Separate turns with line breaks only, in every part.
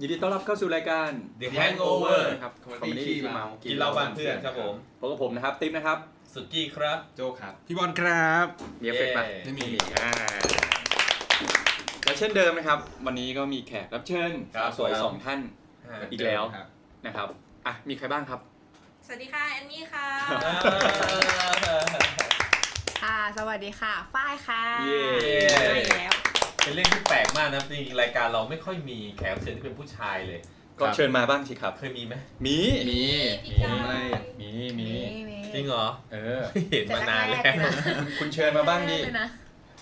ยินดีต้อนรับเข้าสู่รายการ
The Hangover
ครับ
คอมเมดี้ขี้เมากินเหล้าบ้านเพื่อนครับผม
พบกับผมนะครับ ติ๊มนะครับ
สุกี้ครับ
โจครับ
พี่บอลครับ
มีเอฟเฟกต์ปะ
เย้
ไม่มี
อ่าและเช่นเดิมนะครับ วันนี้ก็มีแขกรับเชิญ
ครับ
สาวสวยสองท่าน
อ่า
อีกแล้ว นะครับ อ่ะ มีใครบ้างครับ
สวัสดีค่ะ แอนนี่ค่ะ
ค่ะ สวัสดีค่ะ ฝ้ายค่ะ
เย้
มาอีกแล้ว
เป็นเรื่องที่แปลกมากนะจริงๆรายการเราไม่ค่อยมีแขกรับเชิญที่เป็นผู้ชายเลย
ก็เชิญมาบ้างสิครับ
เคยมีไหม
มี
มี
มี
ไม่
มี มี
จริงเหรอ
เออ
ไม่เห็นมานานแล้ว
แต่แรกๆนะ
คุณเชิญมาบ้างดิ
แรกเลยนะ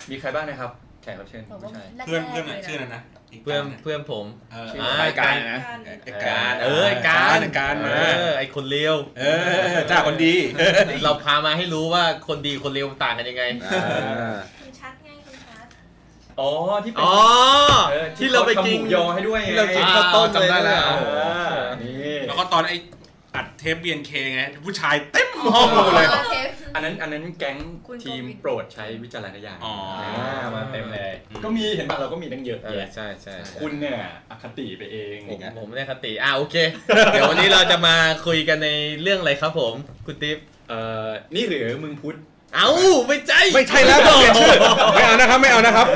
มีใครบ้างนะครับ แขกรับเชิญ
บอก
ผู้
ว่า
ชาย
แรกๆ
เพื่อนเพื่อนอะ
ลยะ
ชื่ออะไรนะก
เพื่อน
จ้าหง
เพื่อนผม
เออ
ชื่
อ่
รายการนะ
การ
ไอ้
การเออ
ไ
การ
ไอ้การมา
เออไอคนเลว
เออจ้าคนดี
เราพามาให้รู้ว่าคนดีคนเลวมันต่างกันยังไง
คุณชัดไงคุณชัด
อ๋อ ที่เป็น
อ๋อ
เออ
ที่เราไปกิน
ทำหมูยอให้ด้วยไง
ที่เรากินข้าวต้ม
อ่จำได้
เลยนะ
แล้วเออนี่
แล้วก็ตอนไอ้อัดเทป BNK ไง ผู้ชายเต็มห้องเลย
โอเค
อันนั้นอันนั้นแก๊ง
คุณ
ทีม
กวิน
โปรดใช้วิจารณญาณ
อ๋ออ่
ามาเต็มเลย ก็มีเห็นป่ะเราก็มีตั้งเยอะ
เออ
แยะ
ใช่ใช่ใช่
คุณเนี่ยอคติไปเอง
ผมผมเนี่ยคติ อ่าโอเค เดี๋ยววันนี้เราจะมาคุยกันในเรื่องอะไรครับผม คุณติ๊บ
เอ่อนี่หรือมึงพุทธ
เอ้า ไม่ใช่
ไม่ใช่แล้วเปลี่ยนชื่อไม่เอานะครับ ไม่เอานะครับ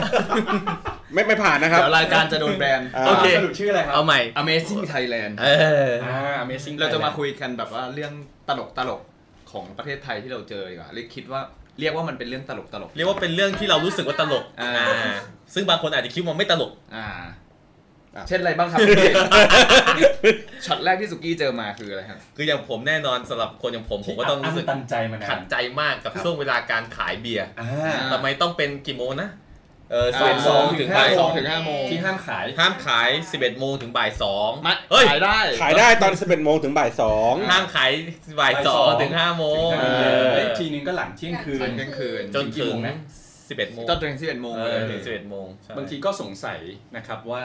ไม่ไม่ผ่านนะครับ
เดี๋ยวรายการจะโดนแบน
โอเค
สรุปชื่ออะไรครั
เอาใหม่
Amazing Thailand
เออ
อ่า Amazing
เราจะมาคุยกันแบบว่าเรื่องตลกตลกๆของประเทศไทยที่เราเจอดีกว่าเรียกคิดว่าเรียกว่ามันเป็นเรื่องตลกตลก
เรียกว่าเป็นเรื่องที่เรารู้สึกว่าตลก
อ่า
อ่า ซึ่งบางคนอาจจะคิดว่าไม่ตลก
ๆอ่า
อ่ะ
เช่นอะไรบ้างครับพี่ ช็อตแรกที่สุกี้เจอมาคืออะไรครับ
คืออย่างผมแน่นอนสำหรับคนอย่างผมผ
ที่
มก็ต้องรู้สึ
ด
ก
นตันใจมานาน
ขัดใจมากกับช่วงเวลาการขายเบียร์
อ่า
า
ทำไมต้องเป็นกี่โมงนะ เออ
บ่
สิ
ย
บ
ส
ส
อ
อง ง
ถึ
ถึ
งบ่
งบ่าย
ย
ส
ส
อ
อง ง
ถึงห้าโมง
ที่ห้ามขาย
ห้ามขาย 11 โมงถึงบ่ายสอง
มา
เฮ้ย
ขายได้
ขายได้ตอน 11โมงถึงบ่าย2
ห้ามขายบ่ายสองถึงห้าโมง
เออแล้วอีกทีนึงก็หลังเที่ยงคืน
ขายกลางคืน
จน
กี่
ถึง
โมงนะ
สิบเอ็ดโมง
จนถึงสิบเอ็ดโมง
เอ
เล
อย ถึงสิบเอ็ดโมงใช่
บางทีก็สงสัยนะครับว่า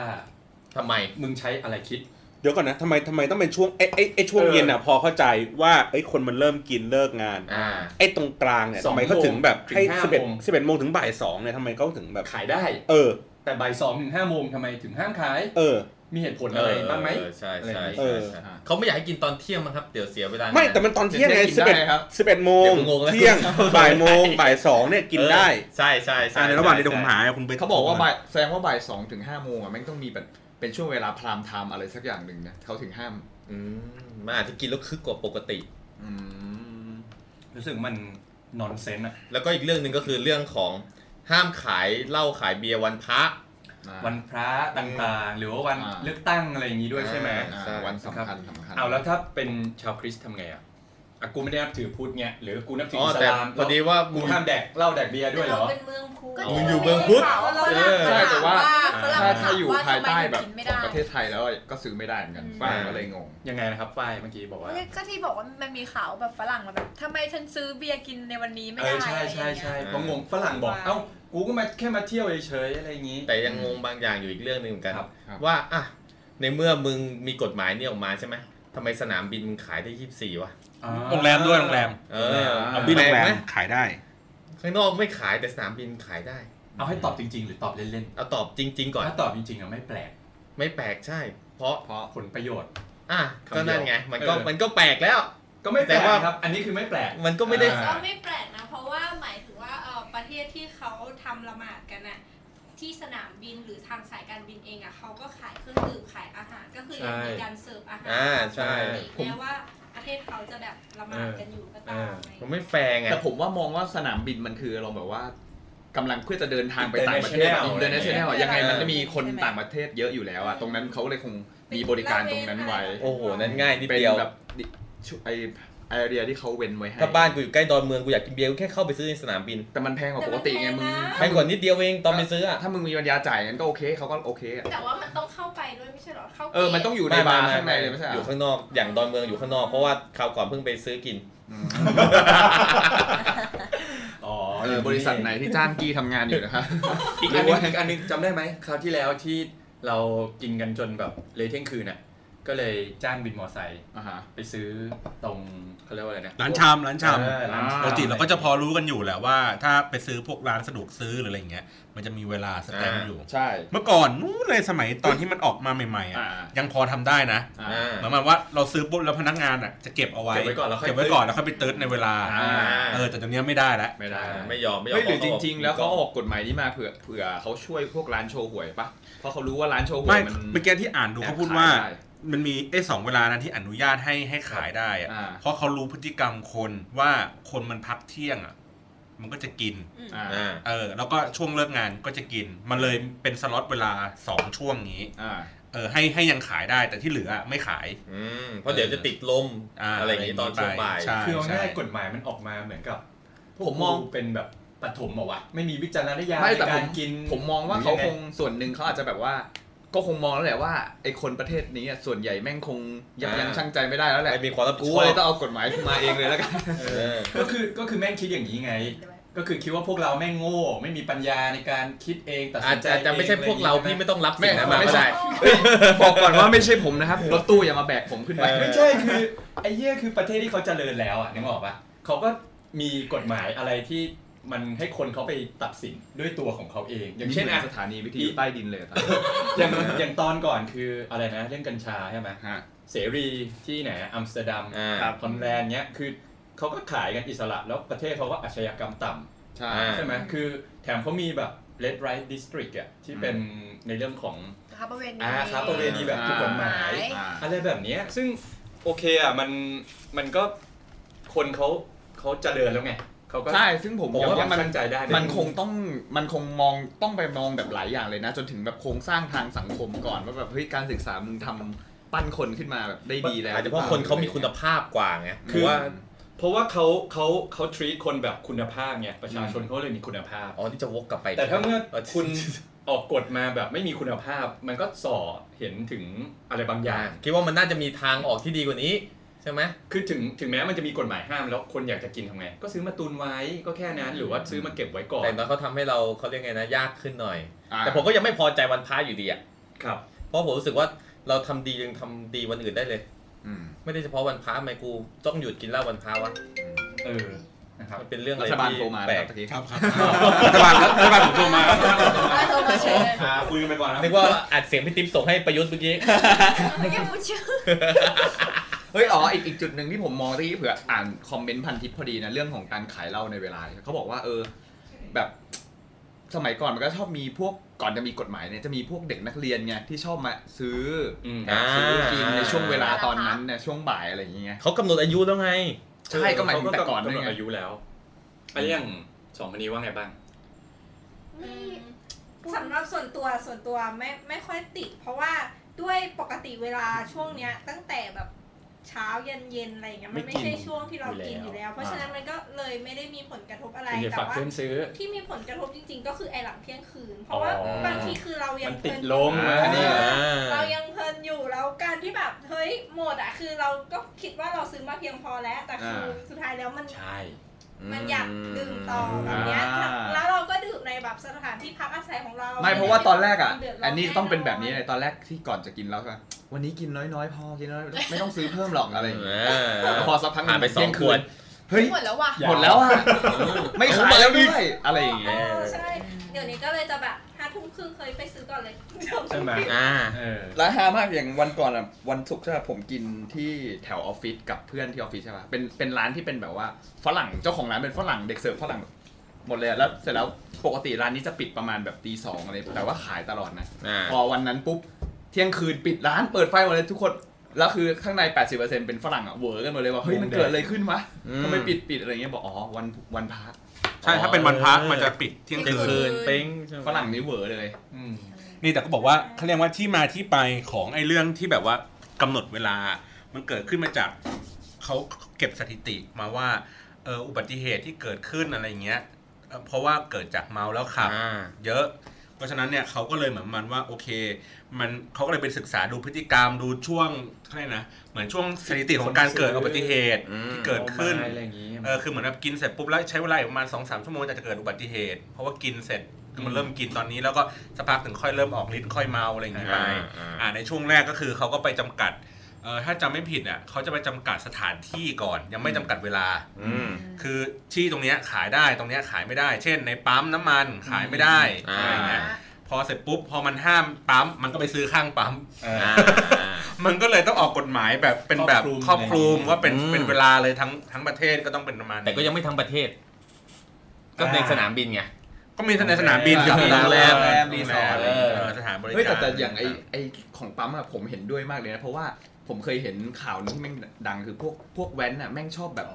ทำไม
มึงใช้อะไรคิด
เดี๋ยวก่อนนะทำไมทำไมต้องเป็นช่วงไอ้ไอ้ไอ้ช่วง
เออ
เย็นอ่ะพอเข้าใจว่าเอ้ยคนมันเริ่มกินเลิกงาน
อ่า
ไอ้ตรงกลางเนี่ย
สอง
ทำไมเขาถึงแบบ
โมงถึง
ให้
ห้า
สิบเอ็ด
โมง
สิบเอ็ดโมงถึงบ่ายสองเนี่ยทำไมเขาถึงแบบ
ขายได้
เออ
แต่บ่ายสองถึงห้าโมงทำไมถึงห้ามขาย
เออ
มีเหตุผลอะไรบ้างไหม
เออใช่
อะไรอ
ใช่
ย่างเงี้ย
ใช่ใช่
เออ
เขาไม่อยากให้กินตอนเที่ยงมั้งครับ เดี๋ยวเสียเวลา
ไม่แต่มันตอนเที่ยงไง
เที่ยงกิ
สิบ
นได้
เอ็ด
ครับ
สิบเอ็ดโมง
เดี๋ยวผมงงแล้ว
เที่ยงบ่ายโมงบ่ายสองเนี่ยกินได้
เออใช่ใช่ใช่
อ่าในระหว่างนี้เดี๋ยวผมหาคุณไป
เขาบอกว่าบ่ายแสดงว่าบ่ายสองถึงห้าโมงอ่ะแม่งต้องมีแบบเป็นช่วงเวลาพรามไทม์อะไรสักอย่างหนึ่งนะเขาถึงห้าม
อืมมันอาจจะกินแล้วคึกกว่าปกติ
อืม
รู้สึกมันนอนเซนอะ
แล้วก็อีกเรื่องหนึ่งก็คือเรื่องของห้ามขายเหล้าขายเบียร์วันพระ
วันพระต่างๆ หรือว่าวัน
อ่า
เลือกตั้งอะไรอย่างนี้ด้วยใช่ไหม
อ่า
ใช่
วันสำคัญสำคัญ
เอาแล้วถ้าเป็นชาวคริสต์ทำไงอ่ะอ่ะกูไม่ได้นับถือพุทธเงี้ยหรือกูนับถือ
อ๋อ
อิส
แต่
ลาม
พอดีว่า
กู
มึง
ห้ามแดกเหล้าแดกเบียร์ด้วยเหรอ
เราเป็นเมืองพุทธ
ก็
มึงอยู่เมืองพุทธ
เรา
เออ
ใช่แต่ว่า
ฝรั่ง
ถ้า
ถ
ถ้าม อยู่
ว่
ภายใต้แบบ
ทำไมมันกินไม่
ขอ
ได้
งประเทศไทยแล้วก็ซื้อไม่ได้เหมือนกัน
อืม
ฝ้ายก็เลยงง
ยังไงนะครับฝ้ายเมื่อกี้บอกว่า
ก็ที่บอกว่ามันมีข่าวแบบฝรั่งแบบทำไมฉันซื้อเบียร์กินในวันนี้ไม่
เอ
ได้
อใช่ใช่
อะไรอย่าง
ใช่
เงี้ย
เพราะงงฝรั่งบอก
ว้าย
เอ้ากูก็มาแค่มาเที่ยวเฉยๆอะไรอย่างนี้
แต่ยังงงบางอย่างอยู่อีกเรื่องหนึ่งเหมือนกัน
ครับ
ครับ
ว่าอ่ะในเมื่อมึงมีกฎหมายนี่ออกมาใช่ไหมทำไมสนามบินมึงขายได้ยี่สิบสี่วะ
อ่า
โรงแรมด้วยโรงแรม
เออ
เอา
บินโรงแรม
ปลกไห
ขายได้
ข้างนอกไม่ขายแต่สนามบินขายได้
เอาให้ตอบจริง ๆ หรือตอบเล่น
เอาตอบจริง ๆ
ๆ
ก่อน
ถ้าตอบจริงๆอ่ะไม่แปลก
ไม่แปลกใช่ เพราะ
เพราะ
ผลประโยชน์
อ่ะ
คำเดียว
ก็นั่นไง มันก็
เออ
มันก็แปลกแล้ว
ก็ไม่แปล
แต่
ก
ว่า
ครับ อันนี้คือไม่แปลก
มันก็ไม่ได้
อ่า
ก็ไม่แปลกนะ เพราะว่าหมายถึงว่าเอ่อประเทศที่เขาทำละหมาดกันน่ะที่สนามบินหรือทางสายการบินเองอ่ะเขาก็ขายเครื่องดื่มขายอาหารก็คือยังมีการเสิร์ฟอาหาร
อ่าใช่
ปกติแม้ว่าประเทศเขาจะแบบละหมาดกันอยู่ก็ตาม
มันไม่แฟงไง
แต่ผมว่ามองว่าสนามบินมันคือเราแบบว่ากำลังเพื่อจะเดินทางไปต่างประเทศ
International
อินเตอร์เนชั่นแนลยังไงมัน
เออ
มีคนต่างประเทศเยอะอยู่แล้วอะตรงนั้นเขาเลยคงมีบริการตรงนั้นไว้
โอ้โห นั้นง่ายนิด
เป็น
เดียว
แบบดิชุไอไอเดียที่เขาเว้นไว้ให้
ถ้าบ้านกูอยู่ใกล้ดอนเมืองกูอยากกินเบียร์กูแค่เข้าไปซื้อในสนามบิน
แต่มันแพงกว่าปกติไงมึง
แต่มันแพงนะ
แพงกว่านิดเดียวเองตอนไปซื้ออะ
ถ้ามึงมีปัญญาจ่ายงั้นก็โอเคเขาก็โอเคอะ
แต่ว่ามันต้องเข้าไปด้วยไม่ใช่เหรอเข้า
เออมันต้องอยู่ในบาร์ข้างในเลยไม่ใช่เหร
อยู่
อ
ข้างนอก อย่างดอนเมืองอยู่ข้างนอก เพราะว่าคราวก่อนเพิ่งไปซื้อกิน
อืม
อ๋อ
เออบริษัทไหนที่จ้างกี้ทำงานอยู่นะคะ
อีกอันหนึงอีกอันหนึงจำได้ไหมคราวที่แล้วที่เรากินกันจนแบบเลยเที่ยงคืนอ่ะ ก็เลยจ้างบินมอไซค์
อ่าฮะ
ไปซื้อตรงเขาเรียกว่าอะไรนะ
ร้านชามร้านชาม
เออร้านชาม
ปกติเราก็จะพอรู้กันอยู่แหละว่า ถ้าไปซื้อพวกร้านสะดวกซื้อหรืออะไรอย่างเงี้ยมันจะมีเวลาสแตมป์อยู่
ใช่
เมื่อก่อนนู้นเลยสมัยตอนที่มันออกมาใหม่ๆ
อ่า
อ่ะยังพอทำได้นะ
อ่า
อ่า
หมายความว่าเราซื้อปุ๊บแล้วพนักงานอ่ะจะเก็บเอาไว้
เก็บไว้ก่อนแล้วค่อย
เก็บไว้ก่อนแล้วค่อยไปเติร์ดในเวลา
อ่า
เออแต่ตอนเนี้ยไม่ได้แล้ว
ไม่ได้
ไม่ยอมไม่ยอม
ไม่หรือจ
เพาะเขา
ริง ๆ แล้วเขาออกกฎหมายนี้มาเผื่อเผื่อเขาช่วยพวกร้านโชว์หวยปะเพราะเขารู้ว่าร้านโชว์หว
ไม่
ยมัน
เมื่อกี้ที่อ่านดู
แอบ
เขาพูดว่า
ขายได้
มันมีไอ้สองเวลานั้นที่อนุญาตให้ให้ขายได้อะ
อ่า
เพราะเขารู้พฤติกรรมคนว่าคนมันพักเที่ยงอ่ะมันก็จะกิน
อ่า
อ่า
เออ แล้วก็ช่วงเลิกงานก็จะกิน มันเลยเป็นสล็อตเวลาสองช่วงนี้
อ่า
เออให้ให้ยังขายได้แต่ที่เหลืออะไม่ขาย
อืมเพราะเดี๋ยวจะติดลมอะไรอย่างนี้ตอนช่วงบ่าย
ใช่
คือเอา
ใช่
ง่ายๆกฎหมายมันออกมาเหมือนกับพวก
ผมมอง
กูเป็นแบบปฐมเหรอวะไม่มีวิจารณญาณ
ไม่
ใน
แต่ผ
กาม รกิน
ผมมองว่า
หรื
เขา
ยัไ
คงส่วนหนึ่งเขาอาจจะแบบว่า ก็คงมองแล้วแหละว่าไอ้คนประเทศนี้อะส่วนใหญ่แม่งคงยับยั้ง
อ่า
ชั่งใจไม่ได้แล้วแหละ
ไม่มีความรับผิด
กู
ชอ
เลย
บ
ต้องเอากฎหมายขึ้นมาเองเลยแล้วกัน
เออ
ก็คือก็คือแม่งคิดอย่างนี้ไง ก็คือคิดว่าพวกเราแม่งโง่ ไม่มีปัญญาในการคิดเองตัด
อา
สิ
จ
นใจ
จะอาจจะไม่ใช่พวกเราที่ไม่ต้องรับสิ่งนั้นมา
ไม่
ก็
ใช่
ได้
บอกก่อนว่าไม่ใช่ผมนะครับรถตู้อย่ามาแบกผมขึ้นไป
เออ
ไม่ใช่คือไอ้เหี้ยคือประเทศที่เขาเจริญแล้วอ่ะนึกออกปะเขาก็มีกฎหมายอะไรที่มันให้คนเขาไปตัดสินด้วยตัวของเขาเอง
อย่
อา
ย่าง
ง
เช่
เช่
น
น
อ่ะ
อ่ะ
สถานีวิทยุ
อี
ใต้ดินเลยอะตอนนี้
อย่างอย่างตอนก่อนคืออะไรนะเรื่องกัญชาใช่ไหม
ฮะ
เสรีที่ไหนอัมสเตอร์ดัม
อ่า
ครับ
ฮอลแลนด์เนี้ยคือเขาก็ขายกันอิสระแล้วประเทศเขาก็อาชญากรรมต่
ใช่
อ่า
ำใช่ไหมคือแถมเขามีแบบ red right district อ่ะที่เป็นในเรื่องของ
ค้าประเวณี
อาค้าประเวณีแบบ
อ่า
ผิดกฎหมาย
อ่
อ่า
อะไรแบบเนี้ยซึ่งโอเคอ่ะมันมันก็คนเขาเขาเจะเดินแล้วไงเขาก็
ใช่ ซึ่งผม
ผม
มอง
ว่า
ว่า
มั
มันน
ตั้งใจได้เลย
มันคงต้องมันคงมองต้องไปมองแบบหลายอย่างเลยนะ จนถึงแบบโครงสร้างทางสังคมก่อนว่าแบบเฮ้ยการศึกษามึงทำปั้นคนขึ้นมาแบบได้ดีแล้ว
อาจจะเพราะคนเขามีคุณภาพกว่าไง
คื
คือ อว่า
เพราะว่าเขาเขาเขาทรีคนแบบคุณภาพไงประชาชนเขาเลยมีคุณภาพ
อ๋อนี่จะวกกลับไป
แต่ถ้าเมื่อ
คุ
คุณ ณออกกฎมาแบบไม่มีคุณภาพ มันก็ส่อเห็นถึงอะไรบางอย่าง
คิดว่ามันน่าจะมีทางออกที่ดีกว่านี้ใช่ไหม
คือถึงถึงแม้มันจะมีกฎหมายห้ามแล้วคนอยากจะกินทำไง ก็ซื้อมาตุนไว้ก็แค่นั้น หรือว่าซื้อมาเก็บไว้ก่อน
แต่ตอนเขาทำให้เราเขาเรียกไงนะยากขึ้นหน่อย
อ่า
แต่ผมก็ยังไม่พอใจวันพระอยู่ดีอ่ะ
ครับ
เพราะผมรู้สึกว่าเราทำดียังทำดีวันอื่นได้เลย ไม่ได้เฉพาะวันพระทำไมกูต้องหยุดกินเหล้าวันพระวะ
เออนะครับ
มันเป็นเรื่องอะ
รั
ไร
ฐบาล
ที่
โทรมา
แปล
แล้ว
ก
ตะกี้
ครับครับรัฐบาลรัฐบาลผมโทรมา
ไม่โทรมาเชิญ
คุยกันไปก่อนนะ
นึกว่าอัดเสียงพี่ติ๊บส่งให้ประยุทธ์เมื่อกี้
ไม่แค่พูดชื่อ
เฮ้ย อ๋อ อีกอีกจุดหนึ่งที่ผมมองตะกี้เผื่ออ่านคอมเมนต์พันทิปพอดีนะ เรื่องของการขายเหล้าในเวลา เขาบอกว่าเออ แบบสมัยก่อนมันก็ชอบมีพวกก่อนจะมีกฎหมายเนี่ยจะมีพวกเด็กนักเรียนไงที่ชอบมาซื้อ
อืม
แอบซื้อกิน
อ่า
ในช่วงเวลาตอนนั้นเนี่ยช่วงบ่ายอะไรอย่างเงี้ย
เขากำหนดอายุแล้วไง
ใช่ ก็หมายถึงแต่ก่อน
เข
ด้ว
กำหด
ยไง
อายุแล้วอะไรอย่างสองคนนี้ว่าไงบ้าง
ไม่สำหรับส่วนตัวส่วนตัวไม่ไม่ค่อยติด เพราะว่าด้วยปกติเวลาช่วงเนี้ย ตั้งแต่แบบเช้าเย็นเย็นๆอะไรอย่างเงี้ยมัน
ไม่
ไม่
กิน
ใช่ช่วงที่เรากิน
อ
อยู่ยู่
แล้ว
แล้ว เพราะฉะนั้นมันก็เลยไม่ได้มีผลกระทบอะไร
คุณอย่า
แต่
ฝาก
ว่า
เพื่อนซื้อ
ที่มีผลกระทบจริง ๆ ก็คือไอหลังเที่ยงคืน เพราะว่า
อ๋อ
บางทีคือเรายั
มั
ง
นติด
เพลิน
ลมอันนี้
อ่า
เรายังเพลินอยู่แล้วการที่แบบเฮ้ยหมดอะคือเราก็คิดว่าเราซื้อมาเพียงพอแล้ว แต่คืออ
ม
สุดท้ายแล้วมัน
ใช่
มันอยากดื่มต่อแบบเนี้ย
อ่า
แล้วเราก็ดื่มในแบบสถานที่พักอาศัยของเรา
ไม่เพราะว่าตอนแรกอ่ะ
เดืดร้
อันนี้ต้องเป็นแบบนี้
แ
เลยตอนแรกที่ก่อนจะกินแล้วก็วันนี้กินน้อยๆ พอ กินน้อยไม่ต้องซื้อเพิ่มหรอกอะไรอย่างเงี้ยแต่พอสักพักหนึ่
ผ่านไปสอง
เที่ยคื
ข
น
วด
เฮ้ย
หมดแล้วว่ะ
อย่า
หมดแล้ว อ่ะ ไม่ขายแล้วด้วยอะไรอย่างเงี้ย
เออใช่ เดี๋ยวนี้ก็เลยจะแบบห้าทุ่มครึ่งเคยไปซื้อก่อนเลย
ใช่ไหม
อ่า
เออ
ร้านฮามากอย่างวันก่อนอะวันศุกร์ใช่ปะผมกินที่แถวออฟฟิศกับเพื่อนที่ออฟฟิศใช่ปะเป็นเป็นร้านที่เป็นแบบว่าฝรั่งเจ้าของร้านเป็นฝรั่งเด็กเสิร์ฟฝรั่งหมดเลยอะแล้วเสร็จแล้วปกติร้านนี้จะปิดประมาณแบบตีสองอะไรแต่ว่าขายตลอดนะ
อ่า
พอวันนั้นปุ๊บ เที่ยงคืนปิดร้านเปิดไฟหมดเลยทุกคน แล้วคือข้างใน 80%เป็นฝรั่งอะเหวอกันหมดเลยว่าเฮ้ยมันเกิดอะไรขึ้นวะ
อืม
ทำไมปิดปิดอะไรเงี้ยบอกอ๋อวันวันพัก
ใช่ถ้าเป็นวันพักมันจะปิดเที่ยงคืน
คืนเป้ง
ฝรั่งนี่เหวอเลย
อืม
นี่แต่ก็บอกว่าเขาเรียกว่าที่มาที่ไปของไอ้เรื่องที่แบบว่ากำหนดเวลา มันเกิดขึ้นมาจากเขาเก็บสถิติมาว่าเอออุบัติเหตุที่เกิดขึ้นอะไรเงี้ยเอ่อเพราะว่าเกิดจากเมาแล้วขับ เยอะ เพราะฉะนั้นเนี่ยเขาก็เลยเหมือนมันว่าโอเค มันเขาก็เลยไปศึกษาดูพฤติกรรมดูช่วงอะไรนะเหมือนช่วงสถิติของการเกิดอุบัติเหตุ
อืม
ที่เกิดขึ้น
อะไรอย่างนี้
เออคือเหมือนแบบกินเสร็จปุ๊บแล้วใช้เวลาอีกประมาณสองสามชั่วโมงจะจะเกิดอุบัติเหตุ เพราะว่ากินเสร็จคือมันเริ่มกินตอนนี้แล้วก็สักพักถึงค่อยเริ่มออกฤทธิ์ค่อยเมาอะไรอย่างนี้ไปอ่าในช่วงแรกก็คือเขาก็ไปจำกัดเออถ้าจำไม่ผิดอ่ะเขาจะไปจำกัดสถานที่ก่อน ยังไม่จำกัดเวลา
อืม
คือที่ตรงเนี้ยขายได้ตรงเนี้ยขายไม่ได้ เช่น ในปั๊มน้ำมันขายไม่ได้
อ่า
อะไรเงี้ยพอเสร็จปุ๊บพอมันห้ามปั๊มมันก็ไปซื้อข้างปั๊ม
อ่า
มันก็เลยต้องออกกฎหมายแบบเป็นแบบค
ค
ร
ร
อ
อ
บบ ค
คลุ
ลุ
ม
มว่าเป็น
อืม
เป็นเวลาเลยทั้งทั้งประเทศก็ต้องเป็นประมาณนี้
แต่ก็ยังไม่ทั้งประเทศ ก็ในสนามบินไง
ก็มีในสนามบิน
กับโรงแรม
โง
รีสอร์ท
โงแมเออสถานบริการ
เฮ้ยแต่แต่อย่างไอไอของปั๊มอะผมเห็นด้วยมากเลยนะ เพราะว่าผมเคยเห็นข่าวนึงที่แม่งดังคือพวกพวกแว้นอะแม่งชอบแบบ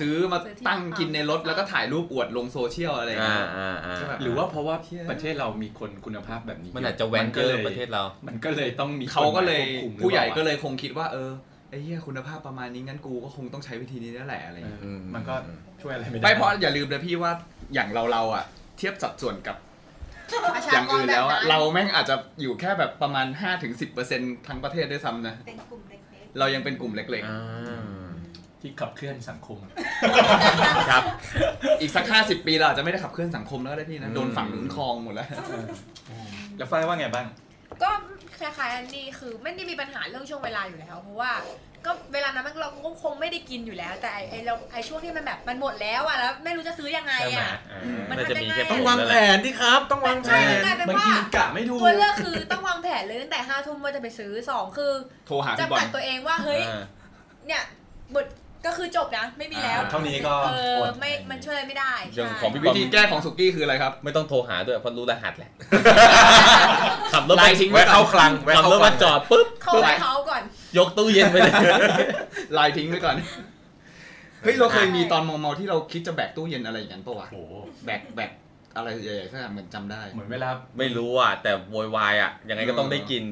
ซื้อมาตั้งกินในรถแล้วก็ถ่ายรูปอวดลงโซเชียลอะไรอย่าง
อ่า
เงี้ย
อ่าอ่า
ใช่ปะ
หรือว่าเพราะว่าประเทศเรามีคนคุณภาพแบบนี้
มันอาจจะแว้น
มั
เย
ล
อะ
ย
ประเทศเรา
มันก็เลยต้องมี
เขาก็เลย
ฎหมาควบคุมหรือ
ผู้ใหญ่
ปล่า
ก็เลยคงคิดว่าเออไอ้เหี้ยคุณภาพประมาณนี้งั้นกูก็คงต้องใช้วิธีนี้นั่นแหละอะไรอย่างเงี้ย
เออมันก็ช่วยอะไรไม่ได้
ไม่เพราะอย่าลืมนะพี่ว่าอย่างเราเราๆอ่ะ เทียบสัดส่วนกับ
ประชา
อย่าง
กร
อื่น
แบบ
แล้วอ่ะ
นั้น
เราแม่งอาจจะอยู่แค่แบบประมาณ 5-10%ทั้งประเทศด้วยซ้ำนะ
เป็นกลุ่มเล็กๆ
เรายังเป็นกลุ่มเล็ก
อ่า
ที่ขับเคลื่อนสังคม
ครับ
ๆ อีกสัก 50 ปีเราอาจจะไม่ได้ขับเคลื่อนสังคมแล้วก็ได้พี่นะโดนฝั่งนู้นคลองหมดแล้ว
แล้วฝ้ายว่าไงบ้าง
ก็คล้ายๆอันนี้คือไม่ได้มีปัญหาเรื่องช่วงเวลาอยู่แล้ว เพราะว่าก็เวลานั้นมันเราก็คงไม่ได้กินอยู่แล้ว แต่ไอ้ไอ้เราไอ้ช่วงที่มันแบบมันหมดแล้วอ่ะแล้วไม่รู้จะซื้อยังไงอ่ะ มัน
น่าจะ
ทำ
มี
ยังไง
แค่
อะ
ผ
ต้อ
ม
งวางแผนที่ครับ ต้องวางแผ
ใช่
น
กลายเป็น
บาง
ว่า
ทีมันกะไม่ถูก
ตัวเลือกคือต้องวางแผนเลยตั้งแต่ห้าทุ่มว่าจะไปซื้อสองคือ
โทรหาพี่บ
จำ
อ
กั
ล
ดตัวเองว่าเฮ้ย เนี่ยบทก็คือจบนะ ไม่มีแล้ว
อ่าเท่านี้ก็
เออ
อด
ไม่มันช่วยไม่ได้
เรื่อง
ใช่
ของพี่
วิธีแก้ของสุกี้คืออะไรครับ
ไม่ต้องโทรหาด้วยเพราะรู้รหัสแหละ ขับรถ
ไล่
ไป
ทิ้งไว้
แวะ
ก่อน
เข้าคลัง
แวะ
ขับ
เข้าร
ถ
คลั
มาง จอดปุ๊บ
เข้าไปเขาก่อน
ยกตู้เย็นไปเลย
ลายทิ้งไว้ ก่อนเฮ้ยเราเคยมีตอนเมาๆที่เราคิดจะแบกตู้เย็นอะไรอย่างนั้นปะวะ
โอ้โห
แบกแบกอะไรใหญ่ๆสักอย่างเหมือนจำได้
เหมือนเวลา
ไม่รู้อ่ะ แต่โวยวายอ่ะ ยังไงก็ต้องได้กิน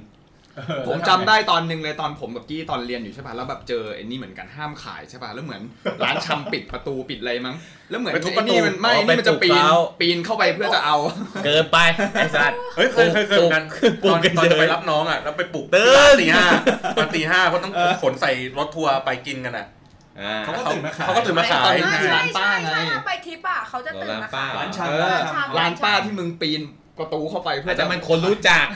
เออ
ผมจำได้ตอนหนึ่งเลยตอนผมกับกี้ตอนเรียนอยู่ใช่ป่ะแล้วแบบเจอไอ้นี่เหมือนกันห้ามขายใช่ป่ะแล้วเหมือนร้านชำปิดประตูปิดอะไรมั้ง แล้วเหมือน
ไปทุบประตู
ไอ้นี่มันไม่
อ๋อ
นี่มันจะ
ไป
ปี
ปลุก
น
เขา
ปีนเข้าไปเพื่อจะเอา
เกินไปไอ้สัตว์
เฮ้ยเคยเคยเคยเหมือนกัน
ปลุก
ตอน
กัน
ตอน
เฉย
จะไปรับน้องอ่ะแล้วไปปลุก
ตื่น
ตีห้าตอนตีห้าเพราะต้องขนใส่รถทัวร์ไปกินกันอ่ะ
เขาก็ตื่นมาขาย
เขาก็ตื่นมาขาย
ไม่ คือร้านป้าไง
ใช่ใช่ถ้าไปทริปอ่ะเขาจะตื่นมาขาย
ร้านชา
เออ
ร้านชา
ร้านป้าที่มึงปีนประตูเข้าไปเพื่อ
อาจ
จะ
จะมันคนรู้จัก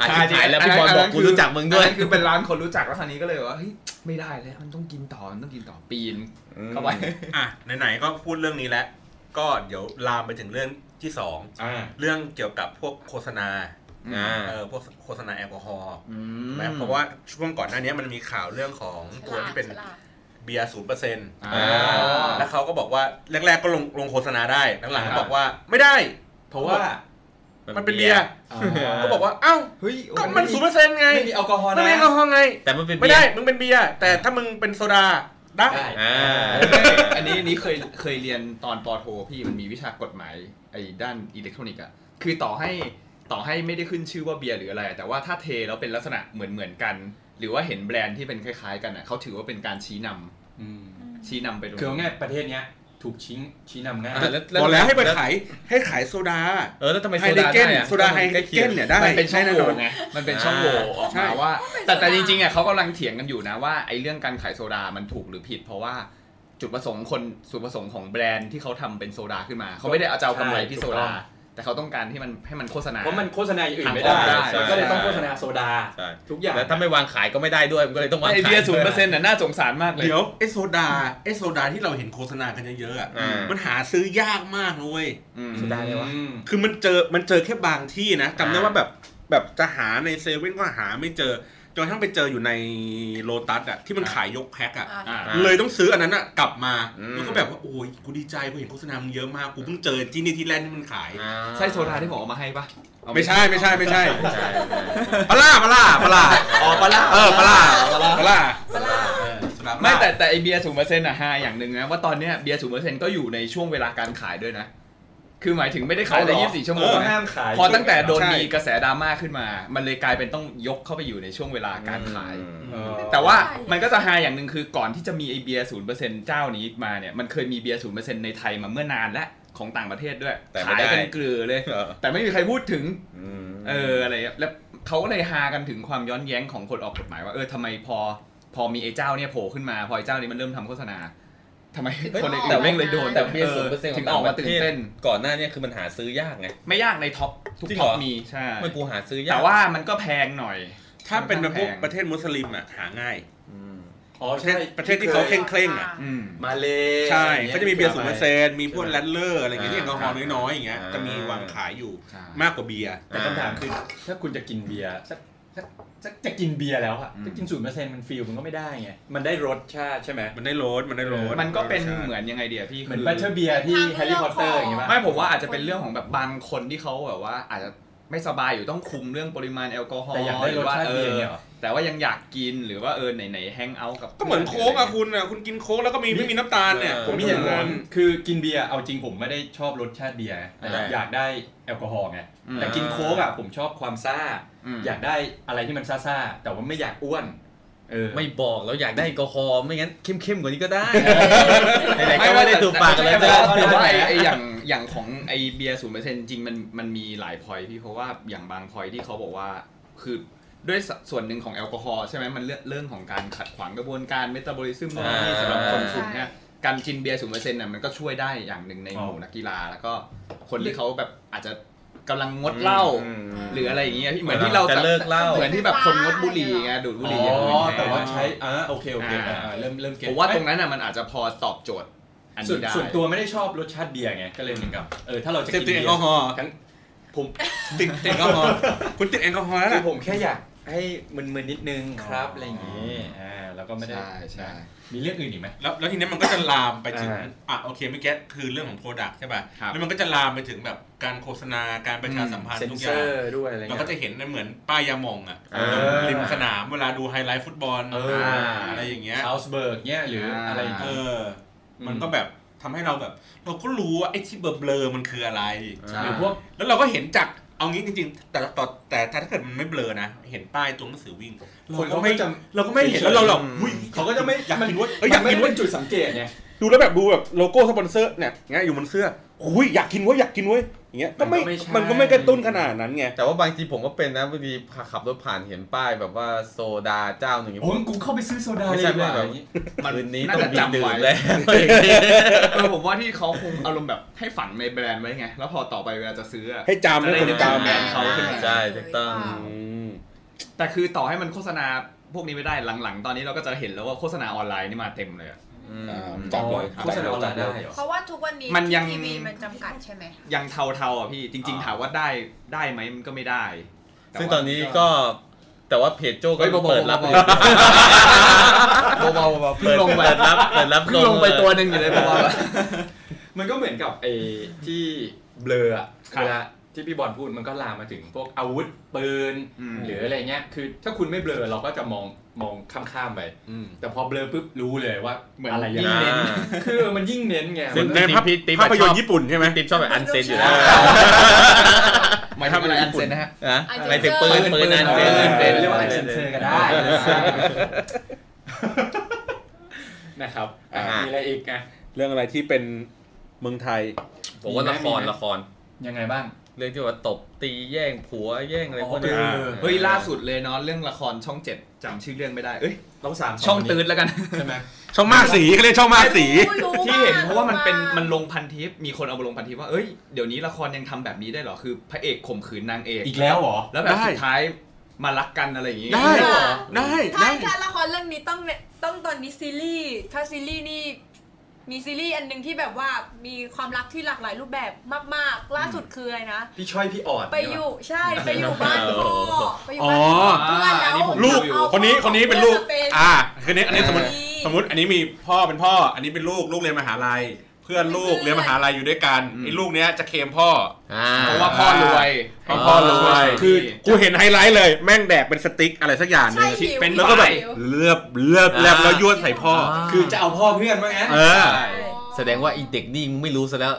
อาจจะขายแล้วพี่บอลบอกกูรู้จักมึงด้วย
อันนั้นคือเป็นร้านคนรู้จักแล้วคราวนี้ก็เลยว่าเฮ้ยไม่ได้แล้วมันต้องกินต่อมันต้องกินต่อปีนเข้าไป
อ่ะไหนๆก็พูดเรื่องนี้แล้ว ก็เดี๋ยวลามไปถึงเรื่องที่สอง
อ่า
เรื่องเกี่ยวกับพวกโฆษณา
อ่า
เออพวกโฆษณาแอลกอฮอล์ นะเพราะว่าช่วงก่อนหน้านี้มันมีข่าวเรื่องของตัวที่เป็นเบียร์ศูนย์เปอร์เซ็นต์
อ่า
แล้วเขาก็บอกว่าแรก ๆ ก็ลงลงโฆษณาได้หลังๆ
อ่า
ก็บอกว่าไม่ได้
เพราะว่า
มันเป็นเบียร์ก็บอกว่าเอ้า
เฮ้ย
ก็มันศูนย์เปอร์เซ็นต์ไง
ไม่มีแอลกอฮอล์
ไม่
นะ
มีแอลกอฮอล์ไง
แต่มันเป็น
ไม่
เบีย
ได้
ร์
มึงเป็นเบียร์แต่ถ้ามึงเป็นโซดาได้
ได้
อ่า
อันนี้อันนี้เคยเคยเรียนตอนปอโทพี่มันมีวิชากฎหมายไอ้ด้านอิเล็กทรอนิกส์อะคือต่อให้ต่อให้ไม่ได้ขึ้นชื่อว่าเบียร์หรืออะไร แต่ว่าถ้าเทแล้วเป็นลักษณะเหมือนเหมือนๆกัน หรือว่าเห็นแบรนด์ที่เป็นคล้ายๆ กันอะเขาถือว่าเป็นการชี้นำ
อืม
ชี้นำไปตรง
คือ
นั้
เอา
น
ง่ายๆประเทศเนี้ย ถูกชี้ชี้นำง่าย
อ่ะแล้วแล้ว
บอกแล้วให้ไปขายให้ขายโซดา
เออแล้วทำไม
ไฮ
โซ
เด
ดา
เกน
ได้อะ
โซดาไฮเดเกนเนี่ยได้
มันเป็นช่อง
แ
โหว่ไง มันเป็นช่องโหว่ออก
ใช่
มาว่า
เป็นโซดา
แต่แต่จริงๆอ่ะเขากำลังเถียงกันอยู่นะว่าไอ้เรื่องการขายโซดา มันถูกหรือผิด เพราะว่าจุดประสงค์คนจุดประสงค์ของแบรนด์ที่เขาทำเป็นโซดาขึ้นมา เขาไม่ได้เอาจะเอากำไรที่โซดา
ใช่ถูกต้อง
แต่เขาต้องการที่มันให้มันโฆษณา
เพราะมันโฆษณาอย่างอื่นไม่ได้
ทำได้
มันก็เลยต้องโฆษณาโซดา
ใช่
ทุกอย่าง
แล้วถ้าไม่วางขายก็ไม่ได้ด้วยมันก็เลยต้องวาง
ไอ
ขา
เบีย
ย
ร์ศูนย์เปอร์เซ็นต์น่ะน่าสงสารมากเลย
เดี๋ยวไอโซดาไอโซดาที่เราเห็นโฆษณากันเยอะๆอ่ะ
อ่ามั
มันหาซื้อยากมากนะเลย
อืม
โซดาเลยวะ
อืม
คือมันเจอ มันเจอแค่บางที่นะจำได้
อ่า
ว่าแบบ แบบจะหาในเซเว่นก็หาไม่เจอ จนกระทั้งไปเจออยู่ในโลตัสอะที่มัน
อ่า
ขายยกแพ็คอะ
อ่า
อ่า
เลยต้องซื้ออันนั้นอะกลับมา
อืม
แล้วก็แบบว่า โอ้ย กูดีใจกูเห็นโฆษณามึงเยอะมาก กูเพิ่งเจอที่นี่ที่แรกที่มันขาย
อ่า
ใช่โซดาที่ผมเอามาให้ปะเอา
ไม่ใช่ ไม่ใช่ ไม่ใช่
ใช่
ปลาร่าปลาร่าปลาร่า
อ๋อปะล่ะ
เออปลาร่าปลาร่า
ใช่
เออสำหรับ
ไม่แต่แต่ไอเบียร์ศูนย์เปอร์เซ็นต์อ่ะฮาอย่างหนึ่งนะว่าตอนเนี้ยเบียร์ศูนย์เปอร์เซ็นต์ก็อยู่ในช่วงเวลาการขายด้วยนะ คือหมายถึงไม่ได้ขายเลยยี่สิบสี่ชั่วโมง
เออ
นะ
ห้ามขาย
พอตั้งแต่โดนมีกระแสดราม่าขึ้นมา มันเลยกลายเป็นต้องยกเข้าไปอยู่ในช่วงเวลาการขาย
เออ
แต่ว่ามันก็จะฮาอย่างหนึ่งคือก่อนที่จะมีไอเบียร์ศูนย์เปอร์เซ็นต์เจ้านี้มาเนี่ย มันเคยมีเบียร์ศูนย์เปอร์เซ็นต์ในไทยมาเมื่อนานแล้ว ของต่างประเทศด้วย
แต่ไม่
ขาย
ได้
กันเกลือเลย
เออ
แต่ไม่มีใครพูดถึง
ม
เอออะไรเงี้ยแล้วเขาก็เลยฮากันถึงความย้อนแย้งของคนออกกฎหมายว่าเออทำไมพอพอมีไอ้เจ้าเนี่ยโผล่ขึ้นมา พอไอ้เจ้านี้มันเริ่มทำโฆษณาทำไม
เฮ้ย
คนอื่น
แต่
แม่งเลยโดน
แต่เพียง
อ
ศู
อน
เปอร์เซ็นต์
ถึงออกมาตื่นเต้น
ก่อนหน้าเนี่ยคือมันหาซื้อยากไง
ไม่ยากในท็อปทุก
จริงเหร
ท็อ
อ
ปมีใช่
ไม่กูหาซื้อยาก
แต่ว่ามันก็แพงหน่อย
ถ้าเป็นแบบพวก
แพง
ประเทศมุสลิมอ่ะหาง่าย
อืม
อ๋อ
ประเท
ใช่
ศประเทศที่เขาเคร่งเคร่งๆอ่ะ
อืม
มาเล
ใช่
อ
ก็
ย่างงี้ย
จะมีเบียร์สูงเปอร์เซ็นต์มีพวก
ใช่ไหม
แรดเลอร์อะไรอย่างเงี้ยที่แอลกอฮอล์
อ่า
น้อยๆอย่างเงี้ย
อ่า
จะมีวางขายอยู่
ใช่
มากกว่าเบียร์
แต่คำถามคือถ้าคุณจะกินเบียร์สักสักสักจะกินเบียร์แล้วอะจะกินศูนย์เปอร์เซ็นต์มันฟิลมันก็ไม่ได้ไงมันได้รสชาติใช่ไหม
มันได้โรสมันได้โรส
มันก็เป็น
รสชาติ
เหมือนยังไงเดียพี่
เหมือน
คื
บัตเทอร์เบียร์ที่แฮร์รี่พอตเตอร์อย่างงี้ป่ะ
ไม่ผมว่าอาจจะเป็นเรื่องของแบบบางคนที่เขาแบบว่า อาจจะไม่สบายอยู่ต้องคุมเรื่องปริมาณแอลกอฮอล์
แต่อยากได้
ห
รส
ว่า
ชาติ
เอ
เบียร์
อ
เนี่ยเหรอ
แต่ว่ายังอยากกินหรือว่าเออไหนๆแฮงเอาท์กับ
ก็เหมือนโค้กอะคุณอะคุณกินโค้กแล้วก็มีไม่มีน้ำตาลเนี่ย
เออ
ผมมีเหตุผ
งา
ลคือกินเบียร์เอาจริงผมไม่ได้ชอบรสชาติเบียร์นะแต่อยากได้แอลกอฮอล์ไงแต่กินโค้กอะผมชอบความซ่า
อ
อยาย
าก
กได้อะไรที่มันซ่าๆ แต่ว่าไม่อยากอ้วนเออ
ไม่บอกแล้วอยากได้แอลกอฮอล์ไม่งั้นเข้มๆกว่านี้ก็ได้ ไหนๆ
ไม่
ก็
ว่า
ไม่ได้ถูกปากกันแล้ว
แต่
จะ
แต่ว่าไอ้ไอ้อย่างอย่างของไอเบียร์ศูนย์เปอร์เซ็นต์จริงมันมันมีหลายพอยพี่เพราะว่าอย่างบางพอยที่เขาบอกว่าคือด้วยสส่วนหนึ่งของแอลกอฮอล์ใช่ไหมมันเรื่องเรื่องของการขัดขวางกระบวนการเมตาบอลิซึมนู่นนี่สำหรับคนสูงเนี่ย การกินเบียร์ศูนเปอร์เซ็นต์น่ะมันก็ช่วยได้อย่างหนึ่งในหมู่นักกีฬาแล้วก็คนที่เขาแบบอาจจะกำลังงดเหล้า
อืม
หรืออะไรอย่างเงี้ยพี่เหมือนที่เรา
จะเลิกเหล้า
เหมือนที่แบบคนงดบุหรี่ไงดูดบุ
อ๋อ
หรี่อย่างอื่น
แต่
แท
ว่าน ใช้อ่าโอเคโอเคอ่า
อ่า
เริ่มเริ่มเก็ต
ผมว่าตรงนั้นน่ะมันอาจจะพอตอบโจทย์อัน
ส่วน
นี้ได้
ส่วนตัวไม่ได้ชอบรสชาติเบียร์ไงก็เลยเหมือนกับเออถ้าเราจะ
เสพ
กิน
ติด
เบี
แอย ลกอ
ร์
ฮอล์
ทั้งผม
ติดแอลกอฮอล์คุณติดแอลกอฮอล์แล้ว
คือ
ล่ะ
ผมแค่อยากให้มึนๆนิดนึงครับอะไรอย่างงี้อ่าแล้วก็ไม่ได้
ใช่ใช่
มีเรื่องอื่นอีกไหม
แล้วแล้วทีเนี้ยมันก็จะลามไปถึง
อ่า
อ่ะโอเคไม่แก๊คือเรื่องของโปรดักต์ใช่ป่ะ
ครับ
แล้วมันก็จะลามไปถึงแบบการโฆษณาการประชาสัมพันธ์
เซ็น
ทุกอ
เซ
ย่า
อง ร์ด้วยอะไร
เรา
เงี้ย
ก็จะเห็นเหมือนป้ายยามองอ่ะ
เออ
ริมสนามเวลาดูไฮไลท์ฟุตบอล
เอออ่
าอะไรอย่างเงี้ย
ชาลส์เบิร์กเนี่ยหรืออะไรอย่าง
เอ
เงี้ย
อ มันก็แบบทำให้เราแบบ เราก็รู้ว่าไอ้ที่เบลอๆมันคืออะไร
ใช่
หรือพวก
แล้วเราก็เห็นจากเอางี้จริงๆ แต่ต่อแต่ถ้าเกิดมันไม่เบลอนะ เห็นป้ายตัวหนังสือวิ่ง
คน
เรา
เขา
ก็
ก็
ไม่
จะ
เราก็ไม่เห็นแล้วเราหรอกอุ๊ย
เขาก็จะไม่
อยากกินเว้ย
มั
เอ้ยอยาก
ไม่
กิน
ได้
เว้
เป็
ย
นจุดสังเกตไง
ดูแล้วแบบดูแบบโลโก้สปอนเซอร์เนี่ยเงี้ยอยู่บนเสื้อหุยอยากกินเว้ยอยากกินเว้ยอย่างเงี้ยก็ไม่
มันก็ไม่ใช่
มันก็ไม่กระตุ้นขนาดนั้นไง
แต่ว่าบางทีผมก็เป็นนะบางทีขับรถผ่านเห็นป้ายแบบว่าโซดาเจ้าหนึ่งอย่าง
โอ้
เงี้ย
ยกูเข้าไปซื้อโซดา
ไม่
เลย
ใช่
ดีกว่า
ไม่แบบ
อย่างงี้
มัน
คืนนี้
น่า
ต้อง
จะ
มี
จำ
ดื่ม
ไว้
แล้ว
เออผมว่าที่เขาคงอารมณ์แบบให้ฝังในแบรนด์ไว้ไง แล้วพอต่อไปเวลาจะซื้ออะ
ให้จำให้คนจ
แบรนด์เขาขึ้นมา
ใช่ถูกต้อง
ำอืม
แต่คือต่อให้มันโฆษณาพวกนี้ไม่ได้หลังๆ ตอนนี้เราก็จะเห็นแล้วว่าโฆษณาออนไลน์นี่มาเต็มเลยอะ
อืม
จับเลย
โฆษณาออนไลน์ได้เหรอ
เพราะว่าทุกวันนี้
มันยัง
ทีวีมันจำกัดใช่ไหม
ยังเทาๆอ่ะพี่จริง ๆ ถามว่าได้ได้ไหมมันก็ไม่ได้แว่า
ซึ่งตอนนี้ก็แต่ว่าเพจโจ้ก็
เฮ้ยเบาๆ
เปิดรับ
เบา
เ
ๆเบาๆเบาๆเพิ่ง
ปิด
ลงไป
เปิดรับเปิดรับ
เพิ่งลงไปตัวหนึ่ง อยู่เลยเบาๆ
มันก็เหมือนกับไอ้ที่เบลออะ
ครับ
เวลาที่พี่บอลพูดมันก็ลามมาถึงพวกอาวุธปืน
ม
หรืออะไรเงี้ย คือถ้าคุณไม่เบลอเราก็จะมองมองข้ามๆไป
อืม
แต่พอเบลอปุ๊บรู้เลยว่า
เหมือน
อะไรยัง
อ่า
ไงคือมันยิ่งเน้นไง
ซึ่ง
มัน
ในภาพ
ภาพยนตร์
ญี่
ญี่ปุ่นใช่ไหม
ติ๊บชอบแบบอันเซนอยู่แล้ว
หมายถึงอะไรอันเซนนะฮะ
นะ
อัน
ห
เซน
มายถึงปืนปืนอันเซน
ปืนปืน
เรียกว่าอะไรเซนเซอร์ก็ได้นะครับอ่ะ
อ่ามี
มีอะไรอีกอ่ะ
เรื่องอะไรที่เป็นเมืองไทย
ผมว่าละครละคร
ยังไงบ้าง
เรื่องที่ว่าตบตีแย่งผัวแย่งอะไรพวกนี้
อ๋อเออ
เฮ้ยล่าสุดเลยเนาะเรื่องละครช่องเจ็ดจำชื่อเรื่องไม่ได้เอ้ย
ต้องสาม
ช่องตืดแล้วกัน
ใช่ไหม
ช่องมากสีเขาเรียกช่องมากสี
รู้
ที่เห็นเพราะว่ามันเป็น
รู้
มันลงพันทิปมีคนเอามาลงพันทิปว่าเอ้ยเดี๋ยวนี้ละครยังทำแบบนี้ได้เหรอคือพระเอกข่มขืนนางเอก
อีกแล้วเหรอ
แล้วแบบ
ได้
สุดท้ายมารักกันอะไรอย่างงี้
ได้
เ
เหรอได้
ถ้า
ได้
ถ้าละครเรื่องนี้ต้องเนี่ยต้องตอนนี้ซีรีส์ถ้าซีรีส์นี่มีซีรีส์อันหนึงที่แบบว่ามีความรักที่หลากหลายรูปแบบมากๆ ล่าสุดคืออะไรนะ
พี่ช่อยพี่ออด
ไปอยู่ใช่ไปอยู่บ้านพ่อไปอยู่
อ๋อ
บ้านพ่อเพื่อนแล้ว
อันนี้ผม
ลูก
เอา
คนนี้คนนี้เป็นลูก
พื่นมา
อ่าคือนี้อันนี้สมมติ
ดี
สมมติอันนี้มีพ่อเป็นพ่อ อันนี้เป็นลูกลูกเรียนมหาลัย เพื่อนลูก
เพื่อน
เรียนมหาลัยอยู่ด้วยกัน
อืม
ไอ้ลูกเนี้ยจะเคลมพ่อ
อ่า
พราะว่าพ่อรวย
เพราะพ่อรวย
คือ
กูเห็นไฮไลท์เลย แม่งแดกเป็นสติ๊กอะไรสักอย่างหนึ
ใช่
ง
หิว
เป็นแล้วก็แบบ
หิว
เลือบเลือบ
อ่า
เลือบแล้วยั่วใส่พ่อ
คือจะเอาพ่อเพื่อนว่างั้น
เออ
ใช่
แสดงว่าไอีเด็กนี่มึงไม่รู้ซะแล้ว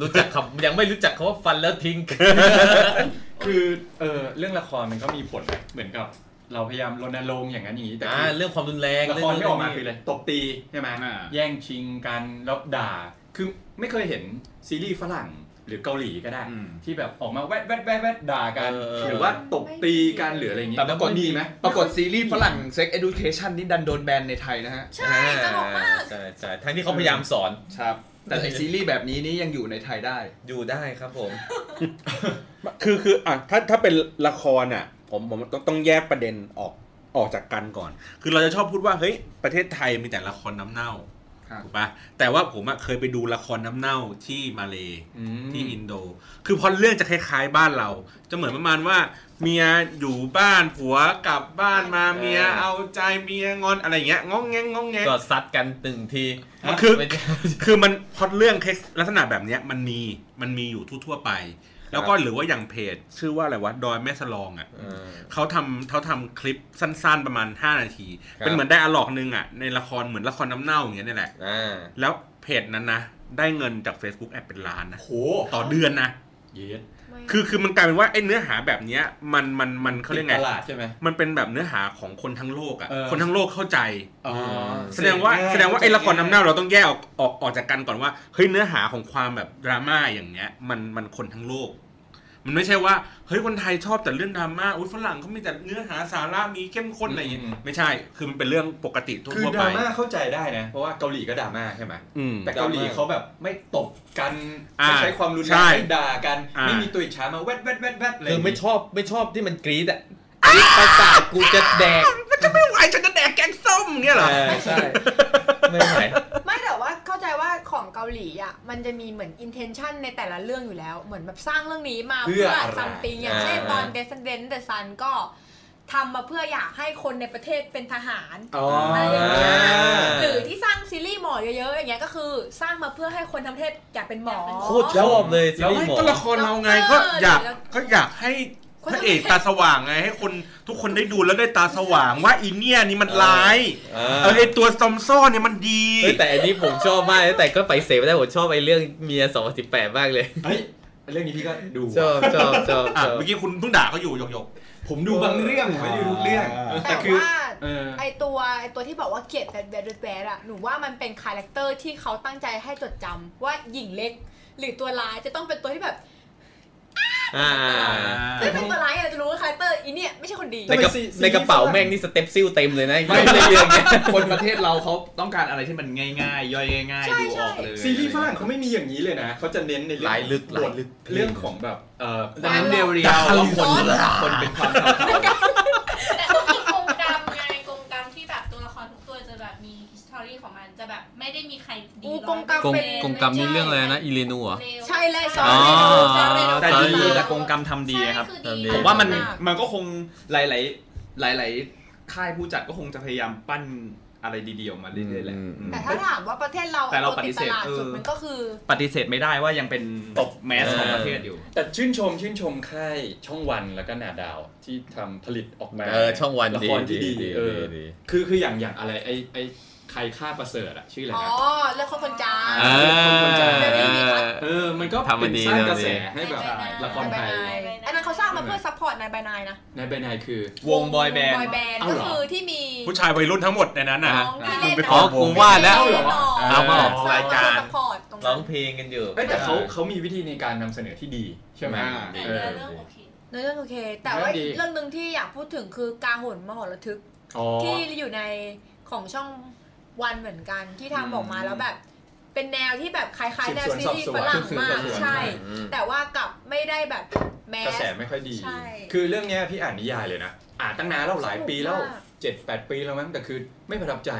รู้จักคำยังไม่รู้จักคำว่าฟันแล้วทิ้ง
คือเออเรื่องละครมันก็มีผลนะเหมือนกับเราพยายามรณรงค์อย่างนั้นอย่างนี้แต่
อ่า
คือ
เรื่องความรุนแรง
ละครที่ออกมาคืออะไร ไรตบตีใช่ไหม
อ่า
แย่งชิงกันแล้วด่า คือไม่เคยเห็นซีรีส์ฝรั่งหรือเกาหลีก็ได้
อืม
ที่แบบออกมาแวดแวดแวดแวดด่ากัน
เออ
หรือว่าตบตีกันหรืออะไรอย่างงี้
แต่ปรากฏ
แล้วนมีไหม
ปรากฏซีรีส์ฝรั่ง Sex Education นี่ดันโดนแบนในไทยนะฮะ
ใช่ตลกมาก
ใช่ใช่ทั้งที่เขาพยายามสอน
ครับ แต่ไอซีรีส์แบบนี้นี่ยังอยู่ในไทยได้
อยู่ได้ครับผม
คือคืออ่ะถ้าถ้าเป็นละครอ่ะ ผมผมต้องต้องแยกประเด็นออกออกจากกันก่อน
คือเราจะชอบพูดว่าเฮ้ยประเทศไทยมีแต่ละครน้ำเน่า
ครับ
ถูกปะแต่ว่าผมอะเคยไปดูละครน้ำเน่าที่มาเล
อืม
ที่อินโด คือพอเรื่องจะคล้ายๆบ้านเรา จะเหมือนประมาณว่า เมียอยู่บ้านผัวกลับบ้านมาเมียเอาใจเมียงอนอะไรอย่างเงี้ยงองแงงงองแงง
ก็ซัดกันหนึ่งที
มันคือ
ไม่ใช่
คือมันพล็อดเรื่องเคสลักษณะแบบเนี้ยมันมีมันมีอยู่ทั่วๆไป แล้วก็หรือว่าอย่างเพจ ชื่อว่าอะไรวะดอยแม่สลองอ่ะ เขาทำเขาทำคลิปสั้นๆประมาณ 5 นาที
ครับ
เป็นเหมือนได้อะลอกนึงอ่ะ ในละครเหมือนละครน้ำเน่าอย่างเงี้ยนี่แหละ
อ่า
แล้วเพจนั้นนะ ได้เงินจาก Facebook แอดเป็นล้านนะ
โห
ต่อเดือนนะ
เย็ด
คือคือมันกลายเป็นว่าไอ้เนื้อหาแบบเนี้ยมันมันมันเขาเรียกไง
ติดตลาดใช่ไหม
มันเป็นแบบเนื้อหาของคนทั้งโลกอ่ะ
เออ
คนทั้งโลกเข้าใจ
อ๋อ
แสดงว่าแสดงว่าไอ้ละครน้ำเน่าเราต้องแยกออกออกออกจากกันก่อนว่าเฮ้ยเนื้อหาของความแบบดราม่าอย่างเงี้ยมันมันคนทั้งโลก มันไม่ใช่ว่าเฮ้ยคนไทยชอบแต่เรื่องดราม่าอุ้ยฝรั่งเขามีแต่เนื้อหาสาระมีเข้มข้นอะไรอย่างเงี้ยไม่ใช่ คือมันเป็นเรื่องปกติทั่
คือ
วๆ
ด
ไป
ราม่าเข้าใจได้นะ เพราะว่าเกาหลีก็ดราม่าใช่ไหม
อืม
แต่เกาหลีเขาแบบไม่ตบกัน
อ่า
ไม่ใช้ความรุนแร
ใช่
งไม่ด่ากัน
อ่า
ไม่มีตัวอิจฉามาแวดแวดแวดแวดเลย
คือไม่ชอบไม่ชอบที่มันกรีดอ่ะกรีดประสาทกูจะแดก
มันจะไม่ไหวฉันจะแดกแกงส้มเงี้ยเหรอ
เออใช่ไม่ไหว
ไม่แต่ว่าเข้าใจว่าของเกาหลีอ่ะมันจะมีเหมือน intention ในแต่ละเรื่องอยู่แล้ว เหมือนแบบสร้างเรื่องนี้มาเพื่อ something อย่างเช่นตอน Descendant the Sun ก็ทำมาเพื่ออยากให้คนในประเทศเป็นทหาร
อ๋อ
อะ
อ
ไรอย่างเงี้ย
อ
หรือที่สร้างซีรีส์หมอเยอะๆอย่างเงี้ยก็คือสร้างมาเพื่อให้คนทั้งประเทศอยากเป็นหมอ
โคตรชอบเลยซี
แล้ว
รีส์หมอ
ก็ละครเราไงก็อยาก
แล้ว
ก็อยากให้พระเอกตาสว่างไงให้คนทุกคนได้ดูแล้วได้ตาสว่างว่าอีเนี่ยนี่มันร้าย
เอ
เออ
อ
ไอตัวซอมซ่อนเนี่ยมันดี
เฮ้ยแต่อันนี้ผมชอบมากแต่ก็ไปเสพไม่ได้ผมชอบไอ้เรื่องเมีย2018มากเลย
เฮ้ยเรื่องนี้พี่ก็ดู
ชอบชอบชอบ
อ่ะ
ชอบ
เมื่อกี้คุณเพิ่งด่าเขาอยู่หยกหยก
ผมดูบางเรื่องผมไม่ได้ดูทุกเรื่อง
อ่า
แต่
แต่
คือ
ว่า
เออ
ไอตัวไอตัวที่บอกว่าเกลียดแบดแบดแบดอะหนูว่ามันเป็นคาแรคเตอร์ที่เขาตั้งใจให้จดจำว่าหญิงเล็ก หรือตัวร้ายจะต้องเป็นตัวที่แบบ
อ่า
เฮ้ยเป็นตัวร้ายอะจะรู้ว่าคาแรคเตอร์อีเนี่ยไม่ใช่คนดี
ในกระในกระเป๋าแม่งนี่สเต็ปซิ่วเต็มเลยนะ
ไม่
ใน
ใน
เรื่
เรื่
อ
อง ง
เนี้ย
คนประเทศเราเขาต้องการอะไรที่มันง่ายๆ ย่อยง่าย
ใช่
ๆ ดูออก
ใช่
เลย
ซีรีส์ฝรั่งเขาไม่มีอย่างนี้เลยนะเขาจะเน้นในเรื่อง
ลายลึก
บท
ลายลึก
เรื่องของแบบเอ่อ
ดังนั้นเรียวๆแล้วคนคนเป็นความเท่าเทียม
แต่ก็คือกรงกรรมไงกรงกรรมที่แบบตัวละครทุกตัวจะแบบมีฮิสตอรี่ของมันจะแบบไม่ได้มีใครดี
อู้กรงกรรม
100%
เป็น
ไใช่
อีเรนูเหรอ
เลว
ใช่เลยส
ใช่
อน
อ๋อ
เรโนสอนเรโน
แต่
ส
ดี
อนเรโน
แต่กรงกรรมทำดีครับ
ใช่อดี
ผมว่ามัน
มาก
มันก็คงหลาย ๆ หลาย ๆ ค่ายผู้จัดก็คงจะพยายามปั้นอะไรดีๆออกมาเรื่อยๆแหละ
อืม
อืม
แต่ถ้าถามว่าประเทศเรา
แต่เรา
ตัวด
ปฏิเสธ
ลาดสุด
เออ
มันก็คือ
ปฏิเสธไม่ได้ว่ายังเป็นตบแมสของประเทศอยู่
แต่ชื่นชมชื่นชมค่ายช่องวันแล้วก็นาดาวที่ทำผลิตออกมา
เออช่องวัน
ละ
ดี
ครที่
ดี
ดี
ดี
เออ
ดี
คือคืออย่างอย่างอะไรไอไอใครฆ่าประเสริฐอะชื่ออะไร
อ๋อ
นะ
เรื่องคนคนจาง
อ่า
เอ
เอ
อ
อ มันก็
ทำมั
เป็น น
ดี
สร้าง
ทำมันดี
กระแสให้แบบ
ใช่
ละครไทย
อันนั้นเขาสร้างมาเพื่อซัพพอร์ตนายบายนายนะ
นายใบนายคือ
วงบอยแบน
ว
ด์
งบอยแบนด์
เอ้า
ก็
เหรอ
คือที่มี
ผู้ชายวัยรุ่นทั้งหมดในนั้นนะ
น้องที่เล่น
ไป
นะ
ขอ
กูว่าแล้ว
เนน้ง
เอามาออก
สงมเพื่อซัพพอตตรง
ร้
นั้
อน งเพลงกันอยู่
เอ้ยแต่เขาเขามีวิธีในการนำเสนอที่ดีใช่ไหม
อ่า
แต่
เออ
เนื้อเรื่องโอเค
เนื้อเรื่องโอเค แต่ว่า
เนื้อดี
อีกเรื่องหนึ่งที่อยากพูดถึงคือกาหนมหรทึก
อ๋อ
ที่อยู่ในของช่องวันเหมือนกันที่ทำออกมาแล้วแบบ เป็นแนวที่แบบคล้ายๆแนวซีรีส์ฝรั่งมา
สืบสวนส
ก
อบสวน
ใช่
อืม
แต่ว่ากลับไม่ได้แบบแม
กระ
ส
แสไม่ค่อยดี
ใช่
คือเรื่องเนี้ยพี่อ่านนิยายเลยนะ อ่านตั้งนานแล้วหลายปีแล้ว
สนุกมาก
เจ็ดแปดปีแล้วมั้งแต่คือไม่ประทับใจ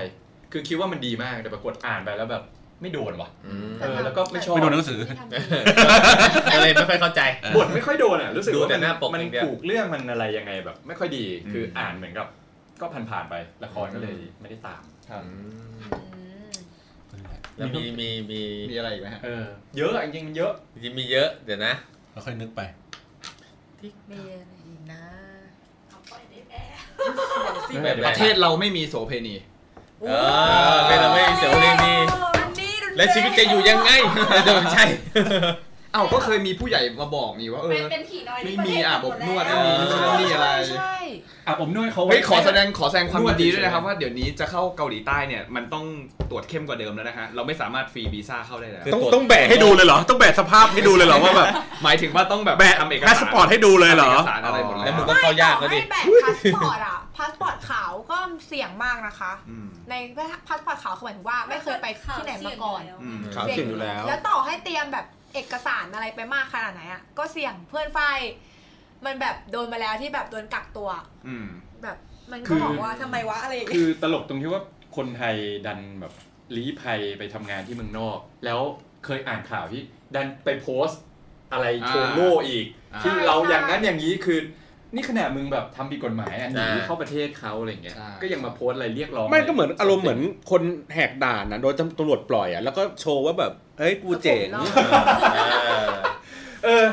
คือคิดว่ามันดีมากแต่ปรากฏอ่านไปแล้วแบบไม่โดนว่ะ เออแล้วก็ไม่ชอบ
ไม่โดนหนังสือ
ที่ทำดี
ก็เลยไม่ค่อยเข้าใจ
บทไม่ค่อยโดนอ่ะรู้สึก
ดู
ว่า
แต่
มัน
หน้าปก
มัน
อย่างเดียว
ผูกเรื่องมันอะไรยังไงแบบ ไม่ค่อยดี
อืม
คืออ่านเหมือนกับ ก็ผ่านๆไปละครก็เลยไม่ได้ตาม
อืม
แล้วมีมีมี
มีอะไรอีกไหมฮะ
เออ เยอะอะจริงๆมันเยอะ
จริงมีเยอะเดี๋ยวนะ
แล้วค่อยนึกไป
มีอะไรอีกนะ
เอาปล่อยได้แม่
แบบ
ประเทศเราไม่มีโสเพณี
เออไม่เราไม่เสียวเรื่องนี้
อันนี้รุนแรง
และชีวิตจะอยู่ยังไงไม่ใช่
อ้าวก็เคยมีผู้ใหญ่มาบอกนี่ว่าเอ
เป็น
อ
เป็นผีน้อย
ไม่
ที่ประ
มี
เทศ
อาบอบนวดไม่มี
เออ
นู่นนี่อะไร
ใช่
อ่ะผมนวดเขาไว้
เฮ้ยขอแสดงขอแสดงความ
นวด
ยินดีด้วยนะครับ
เฉยๆ
ว่าเดี๋ยวนี้จะเข้าเกาหลีใต้เนี่ยมันต้องตรวจเข้มกว่าเดิมแล้วนะฮะเราไม่สามารถฟรีวีซ่าเข้าได้แล้ว
ต้องต้องแบกให้
ให้
ดู
ดูเลยเหรอ ต้องแบกสภาพให้ดูเลยเหรอว่าแบบ
หมายถึงว่าต้องแบบ
แบก
ทำเอก
พา
สาร
สปอร์ตให้ดูเลยเหรอ
ทำกสารอะไรหมด
แล้
แล้ว ว
มึงก็เข้ายาก
ต่
แล้
อ
วดิ
ให้แบกพาสปอร์ตอะพาสปอร์ตขาวก็เสี่ยงมากนะคะ
อืม
ในพาสปอร์ตขาวคือหมายถึงว่าไม่เคยไปที่ไหนมาก่อน
อืม
ครับเสี่ยงอยู่แล้ว
แล้วต่อให้เตรียมแบบเอกสารอะไรไปมากขนาดไหนอ่ะก็เสี่ยงเพื่อนไฟ มันแบบโดนมาแล้วที่แบบโดนกักตัว
อืม
แบบมัน
คื
ก็
อ
บอกว่าทำไมวะอะไรอย่างเงี้ย
คือตลกตรงที่ว่าคนไทยดันแบบลี้ภัยไปทำงานที่เมืองนอก แล้วเคยอ่านข่าวที่ดันไปโพสต์อะไรโชว์โง่อีก
อ่า
ที่เรา
ใช่
อย่างนั้นอย่างนี้คือ นี่ขนาดมึงแบบทำผิดกฎหมายอันนี้
ใช่
เข้าประเทศเขาอะไรเงี้ย
ใช่
ก็ยังมาโพสต์อะไรเรียกร้อง
ไม่ก็เหมือนอารมณ์เหมือนคนแหกด่านนะโดนตำรวจปล่อยอ่ะแล้วก็โชว์ว่าแบบเฮ้ยกูเจ๋ง
เออ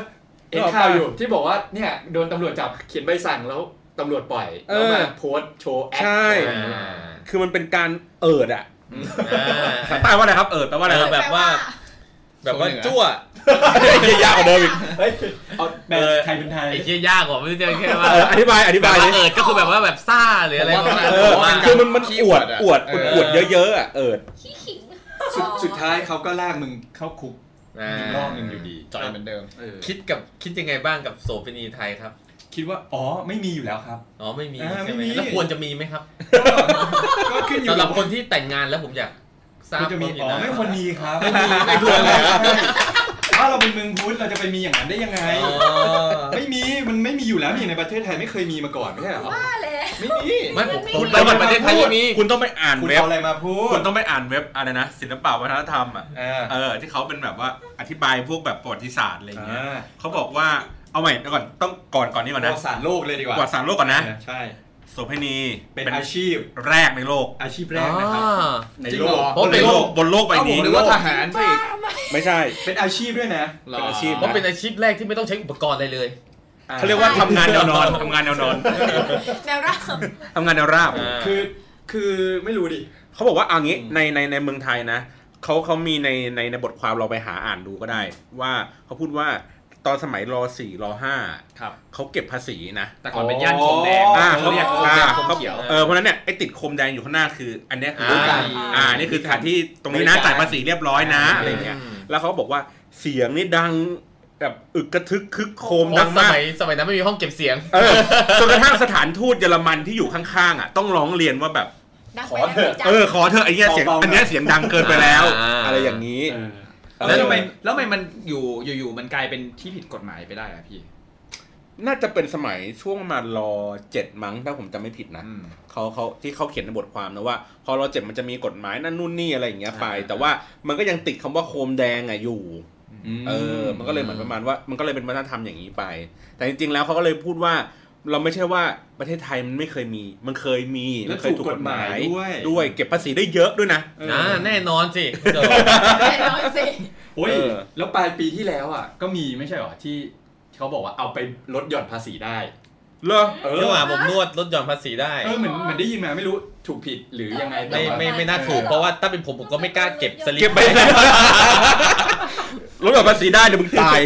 เห็นข่าวอยู่ที่บอกว่าเนี่ยโดนตำรวจจับเขียนใบสั่งแล้วตำรวจปล่อย
เออ
แล้วมาโพสต์โชว์แอค
ใช่
อะไรเงี้ย
คือมันเป็นการเอิดอ่ะ
สไตล์ว่าอะไรครับ เออแปลว่าอะไรครับ
แบบว่า แบบว่าจั่ว
ยากกว่าเดิมอีก
เฮ้ยเอาแบบ
เออ
ไทยเป็นไทย
ไอ้เชี่ยยากกว่าไม่ได้แค่ว่า
เอออธิบายอ
แบบ
ธิา
บ
ยดิ
ว่าเอิดก็คือแบบว่าแบบซ่าหรืออะไรประมาณ
เอ
นั้
อน
ว่า
คือมันมันอวดอวดอวดอวด
เออ
เยอะๆอ่ะเอิด
ขี้ขิง
สุดสุดท้ายเขาก็ลากมึงเข้าคุกอีกรอบหนึ่งอยู่ดี
จอยเหมือนเดิม
เออ
คิดกับคิดยังไงบ้างกับโสเภณีไทยครับ
คิดว่า อ๋อ ไม่มีอยู่แล้วครับ
อ๋อไม่มี
อ่า
ใช่ไห
ไม่
ม
มี
แล้วควรจะมีไหมครับ
ก็ขึ้นอยู่
สำหรับคนที่แต่งงานแล้วผมอยากทราบ
คุณจะมี
ควา
อ๋อน
เห็นะ
ไม่ควรมีครับ
ไม่มีไม่ควรเลยครับ
ถ้าเราเป็นเมืองพุทธเราจะไปมีอย่างนั้นได้ยังไง
อ๋อ
ไม่มี มันไม่มีอยู่แล้วนี่ในประเทศไทยไม่เคยมีมาก่อนไม่ใช่เหรอ
ว่าเลย
ไม่มี
ไม่ผม
คุ
พู
ณ
ดไปว่าประเทศไทยไม่มี
คุณต้องไปอ่าน
คุณ
เว็บ
เอาอะไรมาพู
คุ
ด
ณต้องไปอ่านเว็บอะไรนะ ศิลปะวัฒนธรรมอ่ะ
อ่า
เออที่เขาเป็นแบบว่าอธิบายพวกแบบประวัติศาสตร์อะไรอย่างเงี้ย
อ่า
เขาบอกว่าเอาใหม่เดี๋ยวก่อนต้องก่อนก่อนนี้ก่อน
ป
นะ
ระวัติศาสตร์โลกเลยดีก
ป
ว่า
ระวัติศาสตร์โลกก่อนนะ
ใช่
โสเภณี
เป็นอาชีพ
แรกในโลก
อาชีพแรกนะครับ ใน
จริง
โล
เหร
ก
อ
เพราะ
ใน
เป็น
โลกบนโลกใบ
เอ้าผม
นี้
นึกว่าทหารสิ
ไม่ใช่
เป็นอาชีพด้วยนะ
เป็นอาชีพ
เพราะเป็นอาชีพแรกที่ไม่ต้องใช้อุปกรณ์อะไรเลย
เขาเรียกว่าทำงานแนวนอน
ทำงานแนวนอน
แนวร่าง
ทำงานแนวราบ
คือ คือไม่รู้ดิ
เขาบอกว่าเอางี้
อืม
ในในในเมืองไทยนะเขาเขามีในในในบทความเราไปหาอ่านดูก็ได้ ว่าเขาพูดว่าตอนสมัยรสี่รห้า
ครับ
เขาเก็บภาษีนะ
แต่ก่อนเป็นย่านคมแดง
อ่า
เขาเรียก
เขา
คมแดง
เขา
คมเขียว
เออเพราะฉะนั้นเนี่ยไอ้ติดโคมแดงอยู่ข้างหน้าคือ อันเนี้ยคืออา การอ่านี่คือสถานที่ตรงนี้นะ
บริการ
จ่ายภาษีเรียบร้อยนะ
อะ
อะไรไร
เงี้
เงี้
ย
ยแล้วเขาบอกว่าเสียงนี่ดังแบบอึกกระทึกคึกโครม
เพ
ดั
ราะ
ง
ส
มาก
มัยสมัยนั้นไม่มีห้องเก็บเสียง
เออจนกระทั่งสถานทูตเยอรมันที่อยู่ข้างๆอ่ะต้องร้องเรียนว่าแบบ
ดัง
ข
ไป
อเถ
ดั
อะ
งไปจ้ะ
เออขอเธอะไอ้เนี้ยเสียง
เบาๆหน่อย
อันเนี้ยเสียงดังเกินไปแล้ว
อ่า
อะไรอย่างนี้
เออ
แล้วทำไมแล้วทำไมมันอยู่อยู่ๆมันกลายเป็นที่ผิดกฎหมายไปได้อะพี่
น่าจะเป็นสมัยช่วงประมาณรอเจ็ดมั้งถ้าผมจำไม่ผิดนะ
อืม
เขาเขาที่เขาเขียนในบทความนะว่า พอรอเจ็ดมันจะมีกฎหมายนั่นนู่นนี่อะไรอย่างเงี้ยไป
อ่า
แต่ว่ามันก็ยังติดคำว่าโคมแดงอ่ะอยู่ เออ มันก็เลยเหมือนประมาณว่ามันก็เลยเป็นวัฒนธรรมอย่างนี้ไป แต่จริงๆแล้วเขาก็เลยพูดว่า เราไม่ใช่ว่าประเทศไทยมันไม่เคยมี มันเคยมี
และ
มันเคยถูกกฎหมาย
ถูกกฎหมายด้วย
ด้วยเก็บภาษีได้เยอะด้วยนะ
เอออ
อ่าแน่นอนสิเดี๋ยว
แน่นอนสิ
โอ้ย
เออ
แล้วปลายปีที่แล้วอ่ะก็มีไม่ใช่หรอที่เขาบอกว่าเอาไปลดหย่อนภาษีได้
เหรอ
เออ
เรื่องว่าผมนวดลดหย่อนภาษีได้
เออเหมือนเหมือนได้ยินมาไม่รู้ถูกผิดหรือยังไงแต่
ไม่
ว่า
ไม่ไม่น่าถูกเพราะว่าถ้าเป็นผมผมก็ไม่กล้าเก็บสลิป
เก็บไปแล้วลดหย่อนภาษีได้เดี๋ยวมึง ตาย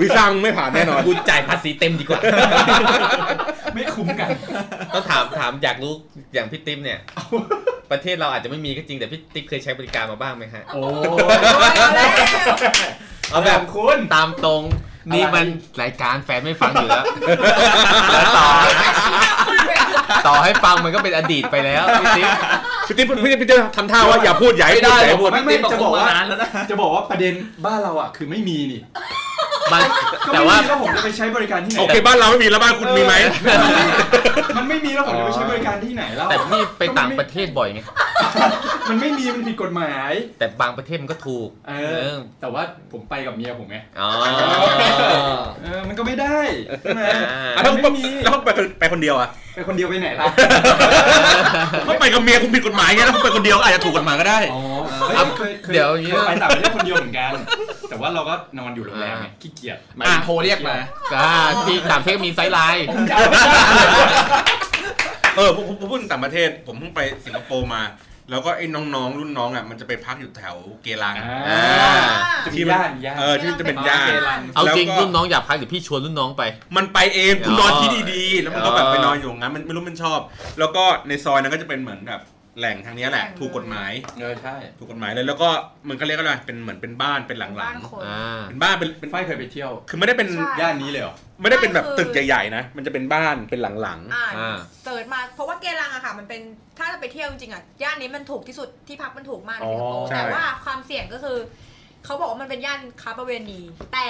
วีซ่ามึงไม่ผ่านแน่นอน
กูจ่ายภาษีเต็มดีกว่า
ไม่คุ้มกัน
ต้องถามถามอยากรู้อย่างพี่ติ๊มเนี่ย ประเทศเราอาจจะไม่มีก็จริงแต่พี่ติ๊มเคยใช้บริการมาบ้างไหมฮะ
โอ้
เอาแบบ
คุณ
ตามตรงนี่มันรายการแฟนไม่ฟังอยู่แล้วแล้วต่อ ต่อให้ฟังมันก็เป็นอดีตไปแล้วพี่ติ๊ม
พี่ติ๊บพี่ติ๊บพี่ติ๊บทำท่าว่าอย่าพูดอย่าให้พูดอย่าให้พูด
ไม่ไม่จะบอกว่า
นานแล้วนะ
จะบอกว่าประเด็นบ้านเราอ่ะ คือไม่มีนี่
มัน
ก็
แต่
ไม่
ว่า
มีแล้วผมจะไปใช้บริการที่ไหน
โอเคบ้านเราไม่มีแล้วบ้านคุณมีไหม
เออมันไม่มีแล้วผมจะไปใช้บริการที่ไหนแล้ว
แต่พี่ไปต่างประเทศบ่อยไง
มันไม่มีมันผิดกฎหมาย
แต่บางประเทศมันก็ถูก
เออ แต่ว่าผมไปกับเมียผมไง
อ๋อ
เออมันก็ไม่ได้ใช่ไหม
อ่า
มัน
แล้ว
ไม่มี
แล้วไปคนไปคนเดียวอ่ะ
ไปคนเดียวไปไหนล่ะ
ก็ไปกับเมียคุณผิดกฎหมายไงแล้วคุณไปคนเดียวอาจจะถูกกฎหมายก็ได้
อ๋อ
อ่ะ
เคยเคย
เดี๋ยวอย่างงี้
เคไปต่างประเทศคนเดียวเหมือนกัน แต่ว่าเราก็นอนอยู่โรงแรมไงขี้เกียจ
หมายถึงโทรเรียกมา
อ่าที่ต่างประเทศมีไซด์ไลน์
จำไม่ได้
เออผมผมผมพูดถึงต่างประเทศ ผมเพิ่งไปสิงคโปร์มา
แล้วก็ไอ้น้องๆ รุ่นน้องอ่ะมันจะไปพักอยู่แถวเกลัง
อ่าจะมีย่านย่าน
เออที่มันจะเป็นย่าน
เอาจริง
แล้วก็
รุ่นน้องอยากพักเดี๋ยวพี่ชวนรุ่นน้องไป
มันไปเองกูนอนที่ดีๆ แล้วมันก็แบบ
เออ
ไปนอนอยู่งั้นมันไม่รู้มันชอบ แล้วก็ในซอยนั้นก็จะเป็นเหมือนแบบแหล่งทางเนี้ยแหละ
แหล่ง
ถูกกฎหมาย
เออใช่
ถูกกฎหมายเลยแล้วก็มันก็เรียกว่าอะไรเป็นเหมือนเป็นบ้านเป็นหลั
บ้าง นคน
อ่า
ๆ เป็นบ้านเป็นเป็
เป็น นฝ้ายเคยไปเที่ยว
คือไม่ได้เป็น
ใช่
ย่านนี้เลยเหรอ
ไม่ได้เป็นแบบ
ไม่คือ
ตึกใหญ่ๆนะมันจะเป็นบ้านเป็นหลัง
อ่าน
อ่า
เสิร์ชมาเพราะว่าเกลังอะค่ะ มันเป็นถ้าจะไปเที่ยวจริงๆอะย่านนี้มันถูกที่สุดที่พักมันถูกมากในสิงคโป
อ๋
ร์
อใช่
แต่ว่าความเสี่ยงก็คือ เขาบอกว่ามันเป็นย่านค้าประเวณีแต่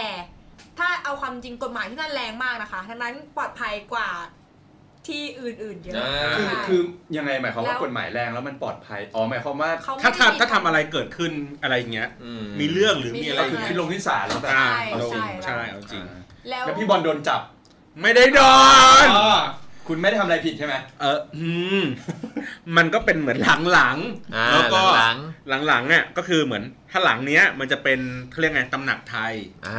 ถ้าเอาความจริงกฎหมายที่นั่นแรงมากนะคะดังนั้นปลอดภัยกว่าที่อื่นๆเยอะ
คือ
ใช่
คือยังไงหมายความว่า
แล้ว
กฎหมายแรงแล้วมันปลอดภัย อ๋อหมายความว่า
เขา
ๆ
ไม่
ถ้า
ได้
ทำถ้าทำอะไรเกิดขึ้นอะไรอย่างเงี้ย มีเรื่องหรือมีอะไร
ก็
อ
คือง
ย่าเงี้
ขึ้
ย
นลงขึ้นศาลแล้วแบบ
อ่า
เอาจริง
ใช่เอาจริง
แล้ว
แล้วพี่บอลโดนจับ
ไม่ได้โดน
อ๋อคุณไม่ได้ทำอะไรผิดใช่ไหม
เอออืม มันก็เป็นเหมือนหลังหลัง
อ่า
แล้วก็
หลัง
หลังหลังๆเนี่ยก็คือเหมือนถ้าหลังเนี้ยมันจะเป็นเขาเรียกไงตำหนักไทย
อ่า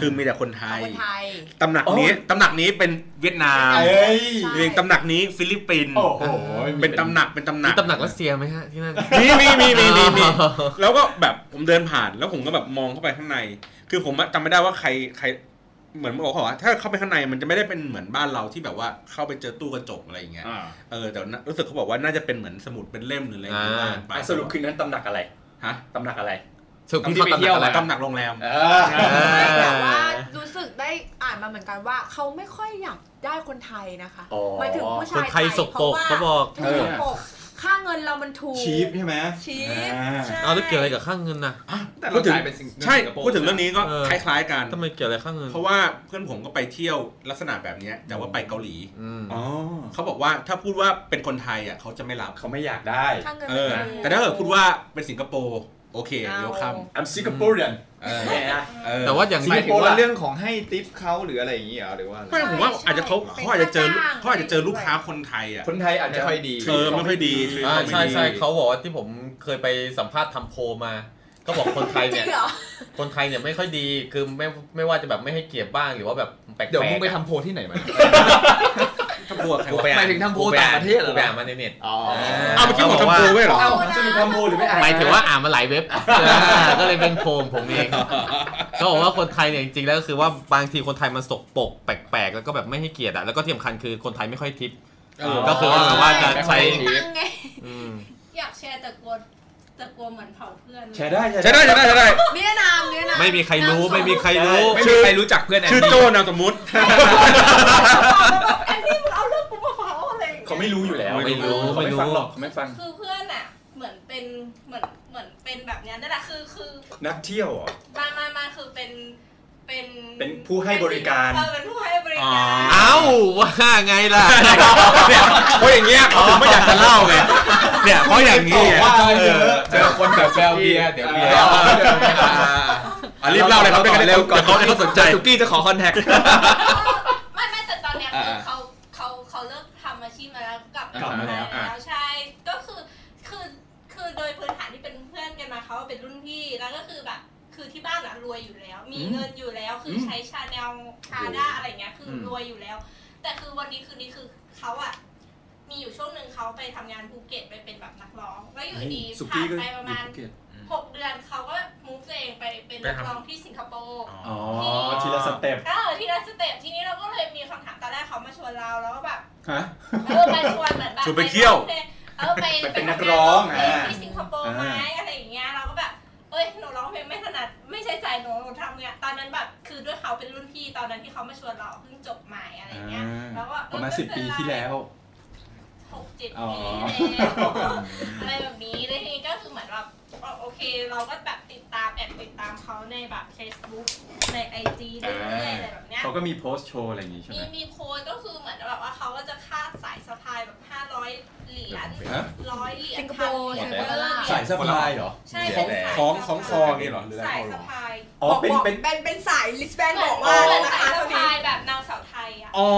คือมีแต่คนไท
เอา
ย
คนไทย
ตำหนักนี้
โอ้ย
ตำหนักนี้เป็นเวียดนาม
เอ้ย
ใช่
เรียงตำหนักนี้ฟิลิปปินส์
โอ้โห
เป็นตำหนักเป็นตำหนั
มี
ก
ตำหนักรัสเซียไหมฮะที่นั่น
มีมีมีมีมีมี
อ๋อ
แล้วก็แบบผมเดินผ่านแล้วผมก็แบบมองเข้าไปข้างใน คือผมอะจำไม่ได้ว่าใครใครเหมือนบอกเขาว่าถ้าเข้าไปข้างในมันจะไม่ได้เป็นเหมือนบ้านเราที่แบบว่าเข้าไปเจอตู้กระจกอะไรอย่างเงี้ย
อ่า
เออแต่น่ะรู้สึกเขาบอกว่าน่าจะเป็นเหมือนสมุดเป็นเล่มหรืออะไรอย่างเงี้ย
อ่า
ไป
อ่ะสรุปคืนนั้นตำหนักอะไร
ฮะ
ตำหนักอะไร
สรุปพี่เข้าตำหนักอะไร
ตำหนักโรงแรม
เออ
แต่ว่ารู้สึกได้อ่านมาเหมือนกันว่า เขาไม่ค่อยอยากได้คนไทยนะคะ
อ๋อ
หมายถึงผู้ชาย
คนไทยสกปรก
พะว่
เขาบอก
ถูสกปรกค่าเงินเรามันถูก
ชีฟใช่ไหม
ชีฟ
อ่า
ใช่
เอาแล้วเกี่ยวอะไรกับข้างเงินนะ
แต่
พู
เรา
ดถึง
จ่ายเป็นสิง
ใช่
สิคโป
พูดถึงเรื่องนี้ก็
เออ
คล้ายๆกัน
ทำไมเกี่ยวอะไรข้างเงิน
เพราะว่าเพื่อนผมก็ไปเที่ยวลักษณะแบบเนี้ยแต่ว่าไปเกาหลี
อืม
อ๋อ
เขาบอกว่าถ้าพูดว่าเป็นคนไทยอ่ะเขาจะไม่รับ
เขาไม่อยากได้
ค่าเงิน
เอ
มัน
อ
ถูก
แต่ถ้าเกิดพูดว่าเป็นสิงคโปร์โอเค
เอา
เดี๋ยวข้าม
I'm Singaporean
เออ
เนี่ยนะ
เออ
แต่ว่าอย่าง
สิ
หมายถึง
โปร
ว่า
ละ
เรื่องของให้ทิปเขาหรืออะไรอย่างนี้เหรอหรือว่าอะไร
ไม่ผมว่าอาจจะเขาเขาอาจจะเจอ
เป็นค่าจ้าง
เขาอาจจะเจอลูกค้าคนไทยอ่ะ
คนไทยอาจจะ
ไม่ค่อยดี
เออไม่ค่อยดี
เ
คือ
อ่า
เขาไม่
ใช่ใช่
ดี
เขาบอกว่าที่ผมเคยไปสัมภาษณ์ทำโพลมา ก็บอกคนไทย
จริ
เนี่ย
งเหรอ
คนไทยเนี่ยไม่ค่อยดีคือไม่ไม่ว่าจะแบบไม่ให้เกียรติบ้างหรือว่าแบบแปลกๆ
เดี๋ยวมึงไปทำโพลที่ไหนมา
ทำตัวใคร
กู
วะ
ไปอ่น
หมายถึงทำโพล
กูไอ่น
ต่างประเทศเหรอ
กูไปอ่านมาในเน็ต
อ๋อ
เ
อ้าวเมื่อกี้หมด
เขาบอก
ทำ
ว่า
โปรไว้เหรอ
เอ้าจะมีทำโพลหรือไม่อ่าน
หมายถึงว่าอ่านมาหลายเว็ บ ก็เลยเป็นโพลผมเองก็บอกว่าคนไทยเนี่ยจริงๆแล้วก็คือว่าบางทีคนไทยมันสกปรกแปลกๆแล้วก็แบบไม่ให้เกียรติอะแล้วก็ที่สำคัญคือคนไทยไม่ค่อยทิป ก็คือว่าแบบว่าจะใช้
ตังค์ไง
อืม
อยากแชร์แต่กลัวแต่กลัวเหมือนเผาเพื่อนเลย
แชร์ได้แชร์
ใช่ได้ใช่ได้ใช่ได้
เวียดนามเวียดนาม
ไม่มีใครรู้ไม่มีใครรู้
ไม่มีใครรู้จักเพื่อนแอน
ชื่อ
ดี้
โจ้นามสมมุติ
แอนนี่มึงเอาเรื่องกูมาเผาอะไรอย่างงี้ย
เขาไม่รู้อยู่แล้ว
ไม่รู้
เขา
ไม่
ไม่
รู้
ฟังหรอกเขาไม่ฟัง
คือเพื่อนอะเหมือนเป็นเหมือนเหมือนเป็นแบบเนี้ยนั่นแหละคือคือ
นักเที่ยวเหรอ
มามามานคือเป็นเป็น
เป็นผู้ให้บริการ
เออเป็นผู้ให้บริ
อ๋
การ
อ
เอ้าว่าไงล่ะ
เพราะอย่างเงี้ยเขาถึงไม่อยากจะเล่าไงเนี่ยเพราะอย่างนี้ไง
เยอะ
เจอคนแบบแซวเบียร์เดี๋ยวเบียร์
อ่ะรีบเล่าเลยครับเป็นกันเร็วก่อนเขาเขาสนใจ
จุกี้จะขอคอนแทค
ไม่ไม่แต่ตอนเนี้ย
อ่า
คือเขาเขาเขาเลิกทำอาชีพมาแล้วกลับมาก
ลับมา
ทำ
แล้ว
งาน
อ่ะ
แล้วใช่ ก็คือคือคือโดยพื้นฐานที่เป็นเพื่อนกันมาเขาเป็นรุ่นพี่แล้วก็คือแบบคือที่บ้านอะรวยอยู่แล้ว มีเงินอยู่แล้วคือใช้ชาแนลคาด้าอะไรเงี้ยคืออ
ม
รวยอยู่แล้ว แต่คือวันนี้คืนนี้คือเขาอะมีอยู่ช่วงหนึ่งเขาไปทำงานภูเก็ตไปเป็นแบบนักร้องแล้วอยู่ดี
สุ
ผ่า
กี้
น
ก็
ไปประมาณ
อยู่ภูเก็ต
หกเดือนเขาก็มูฟตัวเองไปเป็นนักร้องที่สิงคโปร์
อ๋อ ทีละสเต็ป
เออทีละสเต็ปทีนี้เราก็เลยมีคำถามตอนแรกเขามาชวนเราแล้วก็แบบ
ฮะ
เออไปชวนเหมือนแบบ
ชวนไปเที่ยว
เออไป
ไปเป็นนักร้อง
ไป
อ่า
ที่สิงคโปร์ไหมอะไรอย่างเงี้ยเราก็แบบเอ้ยหนูร้องเพลงไม่ถนัดไม่ใช่ใจหนูหนูทำเนี่ยตอนนั้นแบบคือด้วยเขาเป็นรุ่นพี่ตอนนั้นที่เขามาชวนเราเพิ่งจบใหม่อะไรเงี้ย
อ่า
แล้วก็
ประมาณสิบปีที่แล้ว
หกเจ็ด
อ๋อ
ปีแล้ว อะไรแบบนี้แล้วทีนี้ก็คือเหมือนแบบอ๋อโอเค เราก็แบบติดตามแอบติดตามเขาในแบบ Facebook ใน IG เรื่อยๆอะไรแบบเนี้ย
เขาก็มีโพสต์โชว์อะไรอย่างงี้ใช่
มี
ไหม
มีโค้ดก็คือเหมือนแบบว่าเขาก็จะคาดสายสะพายแบบ 500 เหรียญ
ฮะ
ร้อยเหรียญ
สิงคโปร์
พัน
สิง
เห
ค
รียญ
โปร์ล่ะ
สายสะพายเหรอ
ใช่เป็นสาย
ของข
สะพาย
องคออย่างเงี้ยเหรอหรืออะไร
สาย
เอาหร
สะ
อ
พาย
อ๋อ เป็น เป็น
เป็นเป็นสายลิสแบน
เหมื
บ
อ
อน ก
ว่า
ว่า
เป็น
ราคาย
สาสะ
เท่านี้
พายแบบนางสาวไทยอ่ะ
อ๋อ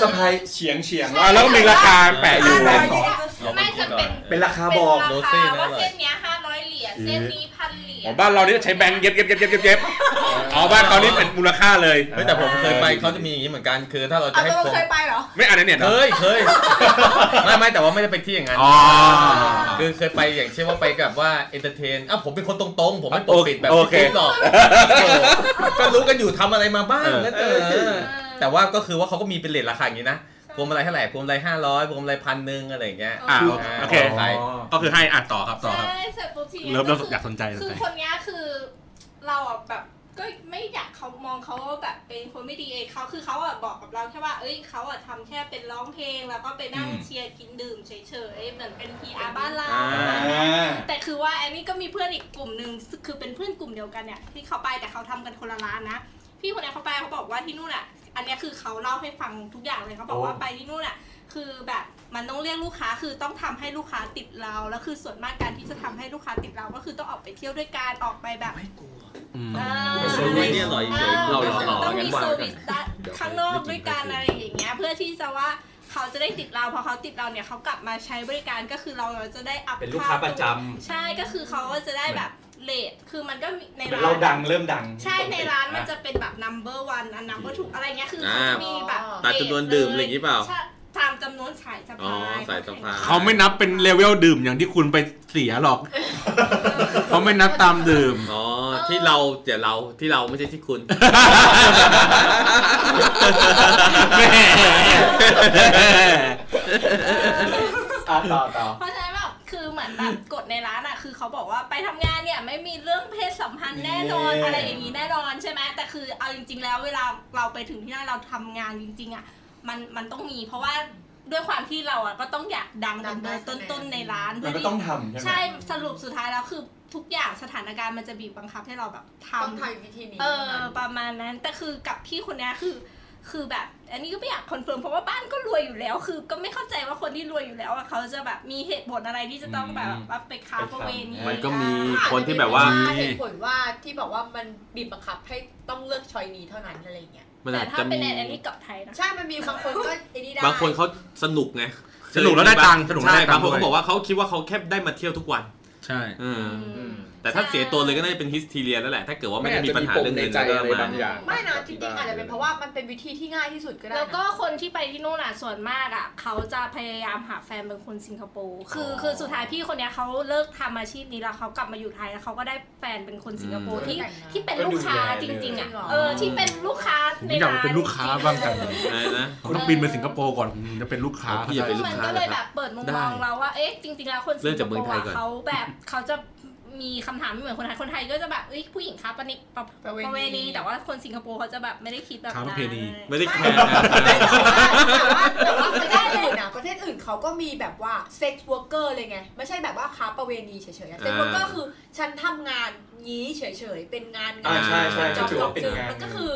สะพายเฉียงเฉียงๆ
อ่ะแล้วก็มีราคาแปะอยู่
แรง
500
ต่อ
ไม่จะเป็น
เป็นราคา
เป็
บ
น
อก
รา
โร
คา
ซี่นะ
ว่าเส้นเนี้ย500 เหรียญเส้นนี้พันเหรียญ รีย
อ๋
ญ
อบ้านเรานี่ใช้แบงค์เย็บเย็บเย็บเย็บเย็บเย็บอ๋อบ้านเขานี่เป็นมูลค่าเลย
เฮ้ยแต่ผมเคยไปเขาจะมีอย่างนี้เหมือนกันคือถ้าเราจะ
เอา
ให้
ตั
ผ
ว
ม
เคยไปเหรอ
ไม่อ่านในเน็ตเหร
เค
อย
เค ยไม่ไม่แต่ว่าไม่ได้ไปที่อย่างนั้น
อ๋อ
คือเคยไปอย่างเช่นว่าไปกับว่าเอนเตอร์เทนอ้าวผมเป็นคนตรงๆ ผมไม่ปก
โอเค
ปิดแบบ
โอเค
พี่หรอกโอ้ก็รู้กันอยู่ทำอะไรมาบ้างนั่นเออแต่ว่าก็คือว่าเขาก็มีเป็นเลทราคาอย่างนี้นะพวงมาลัยเท่าไหร่พวงมาลัยห้าร้อยพวงมาลัยพันหนึ่งอะไรอย่างเงี้ย
อ่า
โอเค
าขาย
ก็คือให้อ่านต่อครับต่อครับ
ใช่เสร็จปุ๊บทีนี้
เริ่มเริ่ม
คื
อยากสนใจสนใจ
คือคนเนี้ยคือเราอ่ะแบบก็ไม่อยากเขามองเขาว่าแบบเป็นคนไม่ดีเองเขาคือเขาอ่ะบอกกับเราแค่ว่า เอ้ยเขาอ่ะทำแค่เป็นร้องเพลงแล้วก็ไปนั่งเชียร์กินดื่มเฉยๆเหมือนเป็นพีอาบ้านเราแต่คือว่าแอนนี่ก็มีเพื่อนอีกกลุ่มหนึ่งคือเป็นเพื่อนกลุ่มเดียวกันเนี่ยที่เขาไปแต่เขาทำกันคนละร้านนะ พี่คนนี้เขาไปเขาบอกว่าที่นู่นอ่ะ อันเนี้ยคือเขาเล่าให้ฟังทุกอย่างเลยเขาบอกว่าไปที่นู่นอ่ะ คือแบบมันต้องเรียกลูกค้าคือต้องทำให้ลูกค้าติดเราแล้วคือส่วนมากการที่จะทำให้ลูกค้าติดเราก็คือต้องออกไปเที่ยวด้วยกันออกไปแบบไม่กลัว
เซอร์วิสเนี่ยอร่อยเลยเราเราเรา
ต้อง
งั้
มี
นวาง
เซอ
ไว้ก่อน
ร์วิสด้านข้างนอกด้วยกันอะไรอย่างเงี้ยเพื่อที่จะว่าเขาจะได้ติดเราพอเขาติดเราเนี่ยเขากลับมาใช้บริการก็คือเราจะได้อัพ
เป็นลูกค้าประจำ
ใช่ก็คือเขาก็จะได้แบบเลทคือมันก็มีใน
เหมือน
ร้าน
เราดังเริ่มดัง
ใช่ในร้านมันจะเป็นแบบ number one อัน number two อะไรเงี้ยคือเขา
อ่า
จะมีแบบ
ตัดจำนวนดื่มอะไรอย่างงี้เปล่า
ใช่ตามจำนวนสายสะ
อ๋
พาย
อสายสะพาย
เขาไม่นับเป็นเลเวลดื่มอย่างที่คุณไปเสีย หรอก เขาไม่นับตามดื่ม
อ๋อที่เราเดี๋ยวเราที่เราไม่ใช่ที่คุณ
อ่ะต่อต่อ
เพราะฉะนั้นแบบคือเหมือนแบบกฎในร้านอ่ะคือเขาบอกว่าไปทำงานเนี่ยไม่มีเรื่องเพศสัมพันธ์แน่นอน
เย้
อะไรอย่างนี้แน่นอนใช่ไหมแต่คือเอาจริง ๆ แล้วเวลาเราไปถึงที่นั่นเราทำงานจริง ๆอ่ะมันมันต้องมีเพราะว่าด้วยความที่เราอ่ะก็ต้องอยากดัง
ดั
ดั
ง
ง
ได้
ต้นๆในร้าน
มั
เพื่
น
อ
ก็
ที่
ต้องทำใช่ไหม
ใช่สรุปสุดท้ายแล้วคือทุกอย่างสถานการณ์มันจะบีบบังคับให้เราแบบท
ต้องทำวิธีนี้
ำเออประมาณนั้นแต่คือกับพี่คนเนี้ยคือ คือแบบ อันนี้ก็ไม่อยากคอนเฟิร์มเพราะว่าบ้านก็รวยอยู่แล้ว คือก็ไม่เข้าใจว่าคนที่รวยอยู่แล้วอะเขาจะแบบมีเหตุผลอะไรที่จะต้องแบบว่าไปค้าประเวณี
มัน
ก็มีคนที่แบบว่า
เหตุผลว่าที่บอกว่ามันบีบบังคับให้ต้องเลือกชอยนี้เท่านั้นอะไรอย่างเงี้ย
มัน
แต่
อาจ
ถ้า
จะ
เป็น
มี
แอนแอนนี่กลับไทยนะ
ใช่มันมีบางคนก็ไอ้นี่ได้
บางคนเขาสนุกไง
สนุกแล้วได้ตังค์สนุกแล้ว
ใช่
ได้ตั
บาง ง
ค์
คน
ด้ว
เขา
ย
บอกว่าเขาคิดว่าเขาแค่ได้มาเที่ยวทุกวัน
ใช่
เออ
อืม
แต่ถ้าเสียตัวเลยก็น่าจะเป็นฮิสทีเรียแล้วแหละถ้าเกิดว่าไม่ได้มีปัญหาเรื่องเงิน
ไม่
เรื่อง
อาจจะมีปมในใจอะไร
มา
บางอย่าง
ไม่นะจริงๆอาจจะเป็นเพราะว่ามันเป็นวิธีที่ง่ายที่สุดก็ได้นะ
แล้วก็คนที่ไปที่นู่นอ่ะส่วนมากอ่ะเขาจะพยายามหาแฟนเป็นคนสิงคโปร์คือคือสุดท้ายพี่คนเนี้ยเขาเลิกทำอาชีพนี้แล้วเขากลับมาอยู่ไทยแล้วเขาก็ได้แฟนเป็นคนสิงคโปร์ที่
แต่งงาน
ที่เป็นลูกค้าจริงๆอ่ะ
จริงเหรอ
เออที่เป็นลูกค้าใน
นี่อยาก
ร้าน
เป็นลูกค้าบ้างจังเลย
อะไรนะ
คุณต้องบินไปสิงคโปร์ก่อนถึงจะเป็นลูกค้า
พี่อย่าไป
คือ
ลู
มันก็เลยแบบเปิดมุมมอง
ได้
เราว่าเอ๊ะจริงๆแล้วคนสิ
เริ่
ง
ม
ค
จาก
โป
เมือง
ร์
ไทยก่อ
อ่ะ
น
เขาแบบเขาจะมีคำถามไม่เหมือนคนไทยคนไทยก็จะแบบเอ้ยผู้หญิงค้าประนิประ
ประเวณี
ประเวณีแต่ว่าคนสิงคโปร์เขาจะแบบไม่ได้คิดแบบ
ค้าป
นั้น
ระเพณี
ไม่ได้แคร์
แต่ว่าแต่ว่าประเทศอื่นนะประเทศอื่นเขาก็มีแบบว่าเซ็กซ์วอร์เกอร์เลยไง ไม่ใช่แบบว่าค้าประเวณีเฉยๆเซ็กซ์วอร์เกอร์คือฉันทำงานงี้เฉยๆ เป็นงาน
อ่าง
าน
ใช่ใช่
จ
ก็ถือ
บจ
ว่า
บ
เป็นงาน
มันก็คือ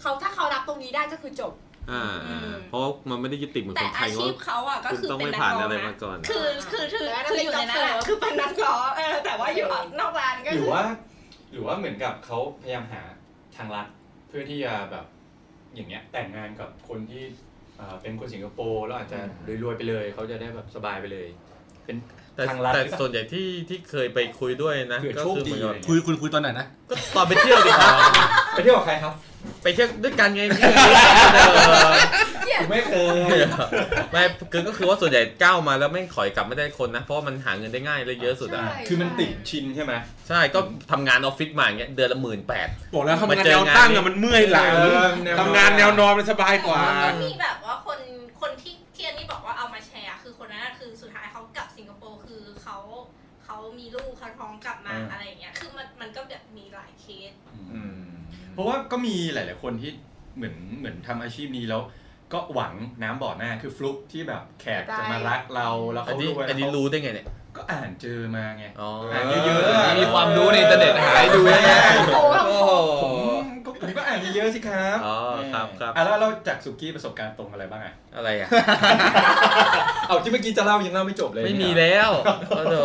เขาถ้าเขารับตรงนี้ได้ก็คือจบ
อ่า
อืม
เพราะมันไม่ได้ยึดติดเหมือน
แต่
คนไท
อาย ชี
ว่า
พเขาอ่ะก็
คุณ
คือ
ต้อง
เป็น
ไม่
นัก
ผ่าน
ร้อง
อะไร
นะ
มาก่อน
คือคือคือ
แล้วนั่น
คือ
เป็น
อยู่ในนั้น
จ็อบเสริม
อะคือเป็นนักร้องเออแต่ว่าอยู่นอกร้านก็
หรื
คือ อ
ว่า หรือว่าเหมือนกับเขาพยายามหาทางลัดเพื่อที่จะแบบ อย่างเงี้ยแต่งงานกับคนที่เอ่อเป็นคนสิงคโปร์แล้วอาจจะรวยๆไปเลย เขาจะได้แบบสบายไปเลย เป็น
แต่
ทางลัด
แต่
หรือเป
ส่
ล่า
วนใหญ่ที่ที่เคยไปคุยด้วยนะ
เผื่อ
ก็
โชค
คือเห
ดี
มือน
อะไร
กับ
เงี้ย
คุยคุณคุยตอนไหนนะ
ก็ตอนไปเที่ยวดิครับ
ไปเที่ยวกับใครครับ
ไปเที่ยวด้วยกัน ไงพี่เออ
ผมไม่เคย
ไม่คือก็คือว่าส่วนใหญ่ก้าวมาแล้วไม่ถอยกลับไม่ได้คนนะ เพราะว่ามันหาเงินได้ง่ายและเยอะสุดอ่ะ
ใช่
คือมันติดชินใช่ไหม
ใช่ก็ทำงานออฟฟิศมาอย่างเงี้ยเดือนละหมื่นแปด
บอกแล้วทำงาน
มาเจอ
แนว
งาน
ตั้งอะมันเมื่อยหลัง
เออแนวนอน
ทำงานแนวนอนมันสบายกว่า
ก็มีแบบว่าคนคนที่เทียนนี่บอกว่าเอามาแชร์ คือคนนั้นอะคือสุดท้ายเขากลับสิงคโปร์คือเขาเขามีลูกเขาท้องกลับมา
อ่า
อะไรอย่างเงี้ยคือมันมันก็แบบมีหลายเคส
เพราะว่าก็มีหลาย ๆ คนที่เหมือนเหมือนทำอาชีพนี้แล้ว ก็หวังน้ำบ่อหน้าคือฟลุกที่แบบแขกจะมารักเราแล้ว
อั
เขา
นนี้
รวย
อันนี้
เขา
รู้ได้ไงเนี่ย
ก็อ่านเจอมาไง
อ๋ออ่
อ่านเยอะๆอ่ะ
มีความรู้ในอินเทอร์เน็ตหายดูนะ
โอ้โห
ผมก็ผมก็อ่านเยอะๆสิครับ
อ๋อครับครับ
อ่ะแล้วเราจากสุกี้ประสบการณ์ตรงอะไรบ้างอ่ะ
อะไรอ่ะ
เอาที่เมื่อกี้จะเล่ายังเล่าไม่จบเลย
ไม่มีแล้วก็โด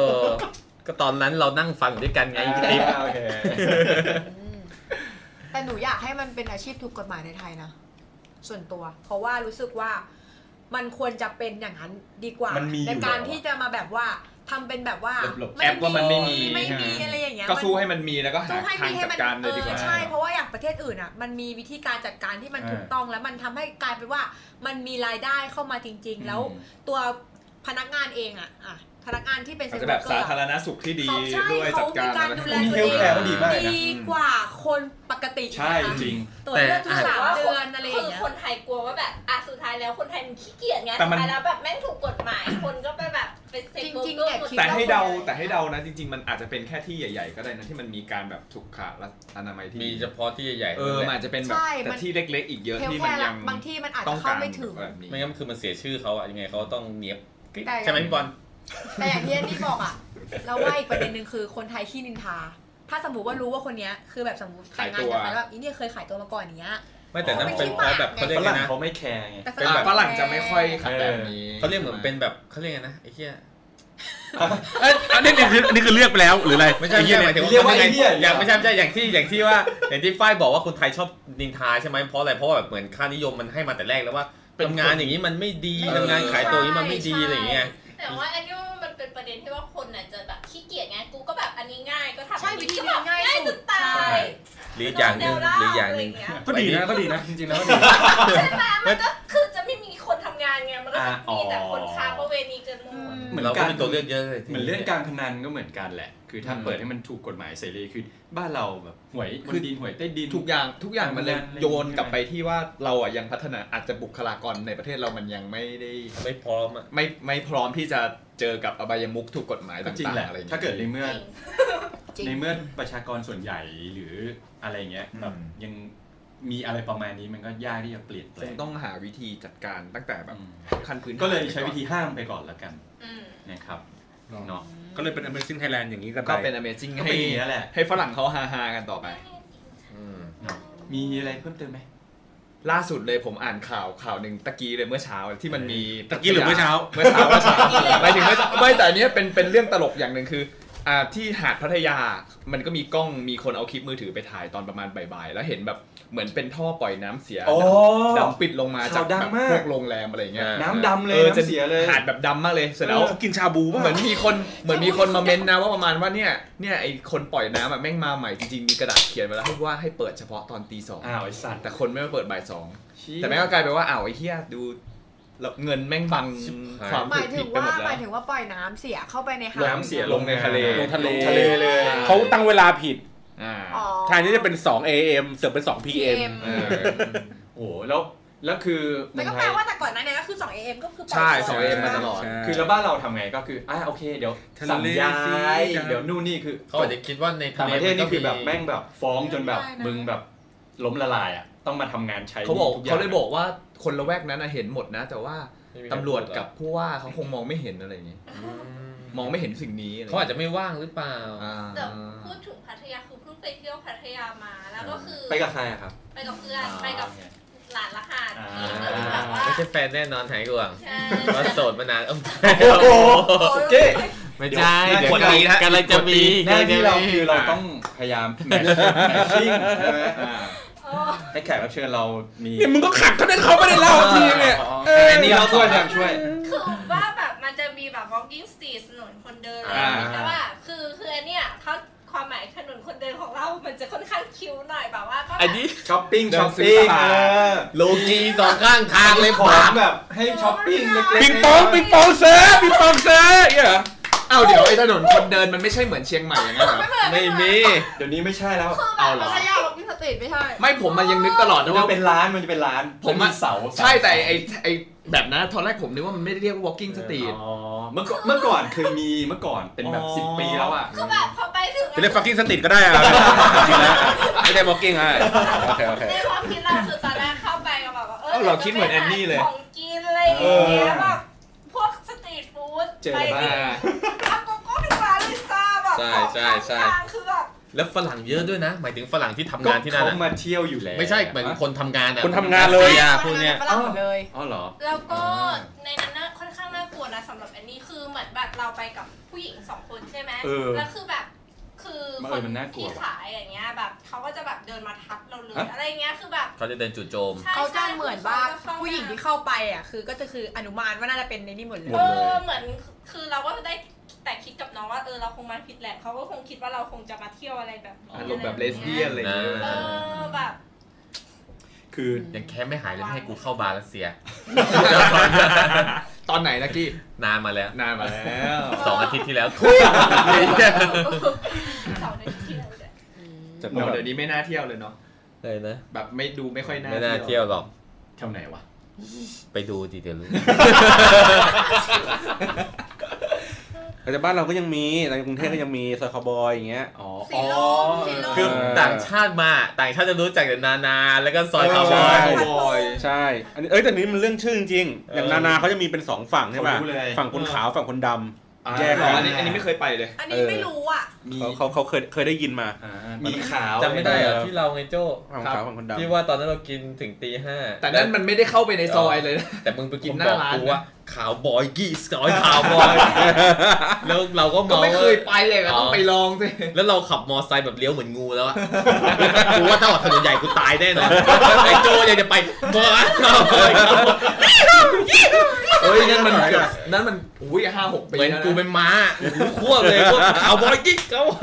ก็ตอนนั้นเรานั่งฟังอยู่ด้วยกันไง
อ่า
คลิป
โอเค
อืมแต่หนูอยากให้มันเป็นอาชีพถูกกฎหมายในไทยนะ ส่วนตัว เพราะว่ารู้สึกว่ามันควรจะเป็นอย่างนั้นดีกว่า
มันมีอยู่
ใน
แล้ว
การที่จะมาแบบว่า ทำเป็นแบบว่า
หลบๆแอปว่ามันไม่มี
ไม่มีอะไรอย่างเงี้ย
ก็สู้
มัน
ให้มันมีแล้วก็หา
สู้ให้
ทาง
มีให้
จัด
มัน
การเล
เอย
ดีก
อ
ว่า
ใช่ เพราะว่าอย่างประเทศอื่นอ่ะมันมีวิธีการจัดการที่มัน
อ่า
ถูกต้องแล้วมันทำให้กลายเป็นว่ามันมีรายได้เข้ามาจริง
อืม
ๆ แล้วตัวพนักงานเองอ่ะอ่ะพนักงานที่เป็น
อาจ
เซ็น
จะ
เต
แบ
อบ ร์เก
สา
อร์
ธารณสุขที่ดี
เขาใช่
ด้วยจั
เขา
ด
มี
การ
การ
อะไร
ดู
พว
แล
กนี้
เฮลท์แคร์ก็ดี
ตัวเอง
มากนะ
ดีกว่าคนปกติ
ใช่จริง
ตรวจเลือดทุก
แต่
สามเดือนอะไรอ
คื
ย่าง
อ
เงี้ย
คนไทยกลัวว่าแบบอ่ะสุดท้ายแล้วคนไทยมันขี้เกียจไง
แต่
สุด
มัน
ท้ายแล้วแบบแม่งถูกกฎหมาย คนก็ไปแบบไปเซ็น
จ
โก
ริงๆ
เกิ
แก
ล
คิด
แต่
ว่
ให้
คน
เดาแต่ให้เดานะจริง ๆ มันอาจจะเป็นแค่ที่ใหญ่ ๆ ก็ได้นะที่มันมีการแบบถูกขาและอนามัยที่
มีเฉพาะที่ใหญ่ๆ
เออมันอาจจะเป็นแบบแต่ที่เล็ก ๆ อีกเยอะ
เฮล
ที่
ท์แค
มัน
ร์
ยั
อะ
ง
บางที่มันอาจ
ต้อ
จะ
ง
เข้า
การ
ไม่ถึง
แบบนี้
ไม่งั้นคือมันเสียชื่อเขาอะยังไงเขาต้องเนียบ
แต่
ใช่ไหมพี่บอล
แต่อย่างที่แอนนี่บอกอ่ะเราว่าอีกประเด็นหนึ่งคือคนไทยขี้นินทา ถ้าสมมติว่ารู้ว่าคนเนี้ยคือแบบสมมติแต่งงานกัน
ขายตัว
มาแล้วแบบอีเนี่ยเคยขายตัวมาก่อนอย่างเนี้ย
ไม่แต่นั้น
อ๋อ
เป็น
ไม่คิดมาก
แบบเขาเรียก
ฝ
ไง
รั่ง
นะ
เขาไม่แคร์ไง
แต่
เป็นแบบฝรั่งจะไม่ค่อยขัดแบบนี้
เขาเรียกเหมือนเป็นแบบเขาเรียกไงนะไอ้เหี้ย
เอ้ยอันนี้นี่คืออันนี่คือเรียกไปแล้วหรืออะไร
ไม่ใช่
อ้
ไม่
เหี้ย
ใช่ห
เนี่ย
มายถึงว่าเขา
เรียกว่าไอ้เหี้ย
ป็นงอย่างไม่ใช่ไม่ใช่อย่างที่อย่างที่ว่าอย่างที่ฝ้ายบอกว่าคนไทยชอบนินทาใช่ไหมเพราะอะไรเพราะว่าแบบเหมือนค่านิยมมันให้มาแต่แรกแล้วว่าทำงานอย่างนี้มันไม่ดี
ไม่ดี
ทำงานขายตัวอย่างนี้มันไม่ดี
ใช่
อะไรอย่างเงี้ย
แต่ว่าอันนี้มันเป็นประเด็นที่ว่าคนน่ะจะแบบขี้เกียจไงกูก็แบบอันนี้ง่ายก็ทำ
ใช่วิธี
แบบ
ง่าย
ง่าย
สุ
สุ
ด
ดตาย
หรืออย่างหนึ่งหรืออย่างหนึ่ง
ก็ดีนะก็ดีนะจริงๆแล้วก็ดี
ใช่ไหมมันก็คือจะไม่มีคนทำงานไงมันก็จะมีแต่คนค้าประเวณีกันหม
อื
ด
ม
เหมือน
เราก็
การ
มีตัวเลือกเยอะเลยที
เหมือนเรื่องการพนันก็เหมือนกันแหละ คือถ้าเปิดให้มันถูกกฎหมายเสรีคือบ้านเราแบบหวยบนดินหวยใต้ดิน
ทุกอย่างทุกอย่างมันเลย
ทำงาน
โยนกลับไปที่ว่าเราอ่ะยังพัฒนาอาจจะบุคลากรในประเทศเรามันยังไม่ได้
ไม่พร้อมอะ
ไม่ไม่พร้อมที่จะเจอกับอบายมุขถูกกฎหมาย
ก็จริง
ต่าง
แห
ๆ
ละ
อะไรอย่งงี้ย
ถ้าเกิดในเมื่อ
จริง
ในเมื่อประชากรส่วนใหญ่หรืออะไรเงี้ยแบบ
อืม
ยังมีอะไรประมาณนี้มันก็ยากที่จะเปลี่ยนแปล
คง
ง
ต้องหาวิธีจัดการตั้งแต่แบบ
อืม
ขั้นพื้นฐาน
ก็เลยใช้วิธีห้ามไปก่อนแล้วกัน
อืม
นะครับเนาะ
ก็เลยเป็น Amazing Thailand อย่างนี้กันไป
ก็เป็น Amazing
ก็
ให้
เป็นอย่างนี้ยแหละ
ให้ฝรั่งเขาฮาฮาๆกันต่อไป
อืม
เนาะมีอะไรเพิ่มเติมไหม
ล่าสุดเลยผมอ่านข่าวข่าวหนึ่งตะกี้เลยเมื่อเช้าที่มันมี
ตะกี้หรือเมื่อเช้า
เมื่อเช้าเมื่อเช้าหมายถึงเมื่อเช้าไม่แต่อันเนี้ยเป็นเป็นเรื่องตลกอย่างหนึ่งคืออ่าที่หาดพัทยามันก็มีกล้องมีคนเอาคลิปมือถือไปถ่ายตอนประมาณบ่ายๆแล้วเห็นแบบเหมือนเป็นท่อปล่อยน้ำเสีย
อ๋อ
ดำปิดลงมาจาก
ข่าวดัง
แบบ
มาก
พวกโรงแรมอะไรอย่างเงี้ย
น้ำดำเลย
เออจะ
น้ำเสียเลย
หาดแบบดำมากเลยเสร็จแล้ว
เขากินชาบูป่ะ
เหมือนมีคนเหมือนมีคนมาเม้นนะว่าประมาณว่าเนี่ยเนี่ยไอคนปล่อยน้ำอะแม่งมาใหม่จริงๆมีกระดาษเขียนไว้แล้วให้ว่าให้เปิดเฉพาะตอนตีสอง
อ้าวไอ้สัตว์
แต่คนไม่มาเปิดบ่ายสอง
ชี้
แต่แม่งก็กลายเป็นว่าอ้าวไอ้เฮียดูเงินแม่งบัง
ชิบหาย
ความ
ห
ถู
มาย
ก
ถึ
ผิด
ง
ไปห
ว่าม
ด
ห
แล้ว
มายถึงว่าปล่อยน้ำเสียเข้าไปในหาด
น้ำเสียลงใน
ลงใน
ทะ
ทะ
เล
เล
ลงทะเล
ทะเลเลย
เขาตั้งเวลาผิด
อ่า
อ๋อ
แทนที่จะเป็น 2 a.m. เสือกเป็น 2 p.m.
PM
เออ
โอ้โหแล้วแล้วคือเมื
มั
อน ง
ก็
ไท
แปล
ย
ว่าแต่ก่อนหนั้นเนี่ยก็คือ2 AM ก็คือปล่ย
ใช่
ตัว
สองเอ็มมาตลอด
คือแล้วบ้านเราทำไงก็คืออ่ะโอเคเดี๋ยวสั่งย้ายเดี๋ยวนู่นนี่คือ
เขาอาจจะคิดว่าใน
ต่างประเทศ
มั
นี่
ก็
คื
มี
อแบบแม่งแบบฟ้องจนแบบมึงแบบล้มละลายอ่ะต้องมาทำงานใช้
เขาบอก
ทุย่ง
เขาเลยบอกว่าคนละแวกนั้นน่ะเห็นหมดนะ แต่ว่า
ไม่มีใคร
ตำรวจ
พูดหรอ
กับผู้ว่าเขาคงมองไม่เห็นอะไรอย่างงี้
อืม
มองไม่เห็นสิ่งนี้ไร
เขาอาจจะไม่ว่างหรือเปล่า
อ่า
แต่พูดถึงพัทยาคือเพิ่งไปเที่ยวพัทยามาแล้วก็คือ
ไปกับใครอะครับ
ไปกับเพื่อนไปกับ
อ่า
หลานละหาด
อ่า
ที่ก็คือแบบว่า
ไม่ใช่แฟนแน่นอนหายกวาง
ใช่
เพราะโสดมานานเอ้า
เจ๊
ไม่ใช่
เดี๋
เดี๋
ย
ยว วกำลังกำลังจะมี
หน้าที่เราคือเรา
อ่า
ต้องพยายามแมทชิ่งใช่ไหม
อ่า
โอ้
ให้แขกรับเชิญเรามี
เนี่ยมึงก็ขัดเขาได้เขาไม่ได้เล่าทีเนี่ยเออ
อันนี้เราช่วยพยายามช่วย
คือว่าแบบมันจะมีแบบ walking street ถนนคนเดินอะไร
อ่า
อย่างเงี้ยแต่ว่าคือคืออันเนี่ยเขาความหมายถนนคนเดินของเรา มันจะค่อนข้างคิ้วหน่อยแบบว่าก็แบบ
อันนี้
ช้อปปิ้ง
เดิ
ช้อน ป
ซื้
ปิ้
อง ตลาด
เออ
โลกีสองข้างทา
ทาง งเล
เลย
ยข
ผ
อง
ม
แบบให้ช้อปปิ้งเล็กๆ
ปิงปองปิงปองเสือปิงปองเสือเนี่ยเหรอ
อ้าวเดี๋ยวไอ้ถนนคนเดินมันไม่ใช่เหมือนเชียงใหม่อย่างนั้นเหรอ
ไม่มี
เดี๋ยวนี้ไม่ใช่แล้ว
คือแบ
เอา
บ
เหรอ
พัทยาบอกมีสติไม่ใช่
ไม่ผมมันยังนึกตลอด
มั
นะ
น
ว่า
จะเป็นร้านมันจะเป็นร้าน
ผมอะ
นเสา
ใช่แต่ไอ้ไอ้แบบนั้นตอนแรกผมนึกว่ามันไม่ได้เรียกว่า walking street
อ๋อเมื่อก่อนเมื่อก่อนเคยมีเมื่อก่อนเป็นแบบ
อ๋อ
สิบปีแล้วอ่ะ
คือแบบพอไปถึง
ไปเรียกฟักกิ้งสติดก็ได้อะจริงแล้วไม่ได้บอกกิ้งอะโอเคโอเค
ในความคิดเราคือตอนแรกเข้าไปก็แบบว่าเออ
เอ้าเราคิดเหมือนแอนนี่เลย
ของกินอะไรอย่างเงี้ยแบบพวกสตรีทฟู้ด
เจออะไรบ้าง
อากูก็เป็นร้านลิซ่าแบบของข้างทางคือแบบ
แล้วฝรั่งเยอะด้วยนะ หมายถึงฝรั่งที่ทำ
ก็
งานที่นั่น
เขา
อะ
มาเที่ยวอยู่แล้ว
ไม่ใช่เหมือนคนทำงานอะ
คนทำงานเลย
อ่ะพวกเนี้ย
ฝรั่งหมดเลย
อ๋อเหรอ
แล้วก็ในนั้นน่ะค่อนข้างน่ากลัวนะสำหรับแอนนี่คือเหมือนแบบเราไปกับผู้หญิงสองคนใช่ไหม
เออ
แล้วคือแบบคือค
เออน มันน่ากลัว
ที่ขายอย่างเงี้ยแบบเขาก็จะแบบเดินมาทักเราเลย
ฮะ
อะไรเงี้ยคือแบบ
เขาจะเดินจู่โจม
ใช่
เขาจะ
ใช่
เหมือนว่า
คืเข
ผู้หญิงที่เข้าไปอ่ะคือก็จะคืออนุมานว่าน่าจะเป็นในนี่หมดเลย
เออเหมือนคือเราก็ได้ แต่คิดกับน้องว่าเออเราคงมาผิดแหละเขาก็คงคิดว่าเราคงจะมาเที่ยวอะไรแบบนี้
อารมณ์แบบเลสเบี้ยนอะไรอย่างเงี้ย
เออแบบ
คือ
ยังแค่ไม่หายเลยให้กูเข้าบาร์แล้วเสีย
ตอนไหนนะกี้
นานมาแล้ว
นานมาแล้ว
สองอาทิตย์ที่แล้ว
สองเดือนที่แล้วเนี่ย
แต่ก็
เนอะ
แบบ
เดี๋ยวนี้ไม่น่าเที่ยวเลยเนาะ
เลยนะ
แบบไม่ดูไม่ค่อยน่า
ไม่น่าเที่ยวหรอก
เที่ยวไหนวะ
ไปดูดีเดี๋ยวรู้
แต่บ้านเราก็ยังมีในกรุงเทพก็ยังมีซอยคาวบอยอย่างเงี้ย
อ๋อ
สีลมสีลม
คือ
เออ
ต่างชาติมาต่างชาติจะรู้จักแต่นานา แล้วก็ซอยคาวบอ
ใช่
ย
คาวบอย
ใช่ อันนี้เอ้ยแต่นี้มันเรื่องชื่อจริงๆอย่าง
เออ
นานาเขาจะมีเป็นสองฝั่งใช่ป่ะ
เขารู้เลย
ฝั่งคนขาวฝั่งคนดำ
อ่า
แยกกัน
อ๋ออันนี้อันนี้ไม่เคยไปเลย
อันนี้ไม่รู้อ่ะ
มี
เขาเขาเขาเคยเคยได้ยินมา
อ่ามีขาว
จำไม่ได้เหรอที่เราไงโจ้
ฝั่ง
ครับ
ขาวฝั่งคนดำ
ที่ว่าตอนนั้นเรากินถึงตีห้า
แต่นั้นมันไม่ได้เข้าไปในซอยเลยนะ
แต่มึงไปกิน
ผม
ห
บ
น้า
อก
ร้าน
กู
ว่า
ว่า
ขาวบอยกี้สอยขาวบอย แล้วเราก็
ก็
เมา
ไม่เคย
ว่า
ไปเลยก็ต้อง
อ๋อ
ไปลองสิ
แล้วเราขับมอไซค์แบบเลี้ยวเหมือนงูแล้ว อะ กูว่าถ้าออกถนนใหญ่กูตายแน่นอนไอ้โจยังจะไปบอย
เฮ้ยนั่นมันเกือบนั่นมันอุ้ยห้าหกปี
เหมือน
แล้ว
กู
นะ
เป็นม้ากูขั้วเลยว่าขาวบอยกี้เขา
แบบ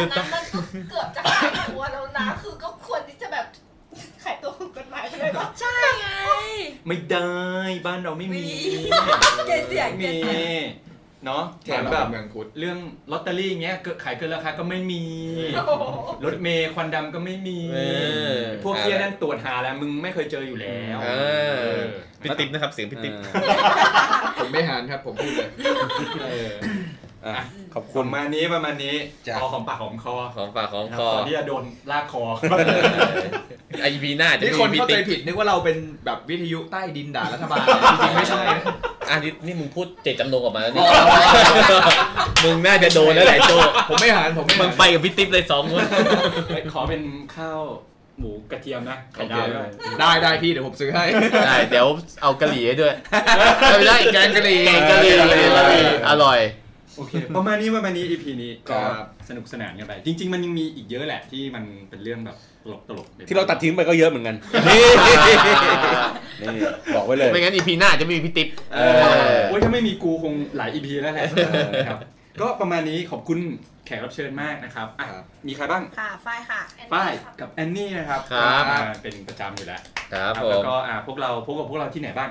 นั้นมันก็เกือบจะขายตัวแล้วนะ คือก็ควรที่จะแบบขายตัวของกฎหมายไปเลยว่า
ใช่ไง
ไม่ได้บ้านเราไม่มี
เกษียณ
ไม่
เก
มี
ษียณ
เนาะแถม
เรา
แบบ
เมืองพุทธ
เรื่องลอตเตอรี่เงี้ยเกิดขายเกินราคาก็ไม่มี
โอ้โห
รถเมย์ควันดำก็ไม่มี
เออ
พวกเที่ยนั่นตรวจหาแล้วมึงไม่เคยเจออยู่แล้ว
เออ
เออ
พี่ติ๊บนะครับเสียงพี่ติ๊บ
ผมไม่หานครับผมพูดเลย
เออ
อ่ะขอบ
ป
คุณ
ระมาณนี้ประมาณนี้
จ้ะ
พอของปากของคอ
ของฝากของคอ
ก่อนที่จะโดนลากคอ
ไอพีหน้าจะ
นี่คน
มี
เข้าใจ
ติ๊ก
ผิดนึกว่าเราเป็นแบบวิทยุใต้ดินด่ารัฐบาลจริงๆไม่ใช่นะ
อันนี้นี่มึงพูดเจตจำนงออกมาแล้วนี่ มึงน่าจะโดนแล้วแหละโจ
ผมไม่หานผมไม่
มึ
หาง น
ไปกับพี่ติ๊บเลยสองคน
ขอเป็นข้าวหมูกระเทียมนะไข่ดาวด้วย
ได้ได้พี่เดี๋ยวผมซื้อให้
ได้เดี๋ยวเอากะหรี่ให้ด้วยไม่ได้แกงกะหรี่แกงกะหรี่
แกงกะหรี่
อร่อย
โอเค ประมาณนี้ประมาณนี้ EP นี้ก็
ครับ
สนุกสนานกันไป จริง ๆ มันยังมีอีกเยอะแหละที่มันเป็นเรื่องแบบตลกตลกๆ
ที่เราตัดทิ้งไปก็เยอะเหมือนกัน นี่บอกไว้เลย
ไม่งั้นอีพีหน้าจะไม่มีพี่ติ๊บ
เออโอ้ยถ้าไม่มีกูคงหลาย EP แล้วแหละนะครับ ก็ประมาณนี้ขอบคุณแขกรับเชิญมากนะครับอ่ะ
ครับ
มีใครบ้าง
ค่ะฝ้ายค่ะ
ป้ายกับแอนนี่นะครับ
ครับ
อ่าเป็นประจำอยู่แล้ว
ครับผ
แล้ว
ม
ก็อ่าพวกเราพบกับพวกเราที่ไหนบ้าง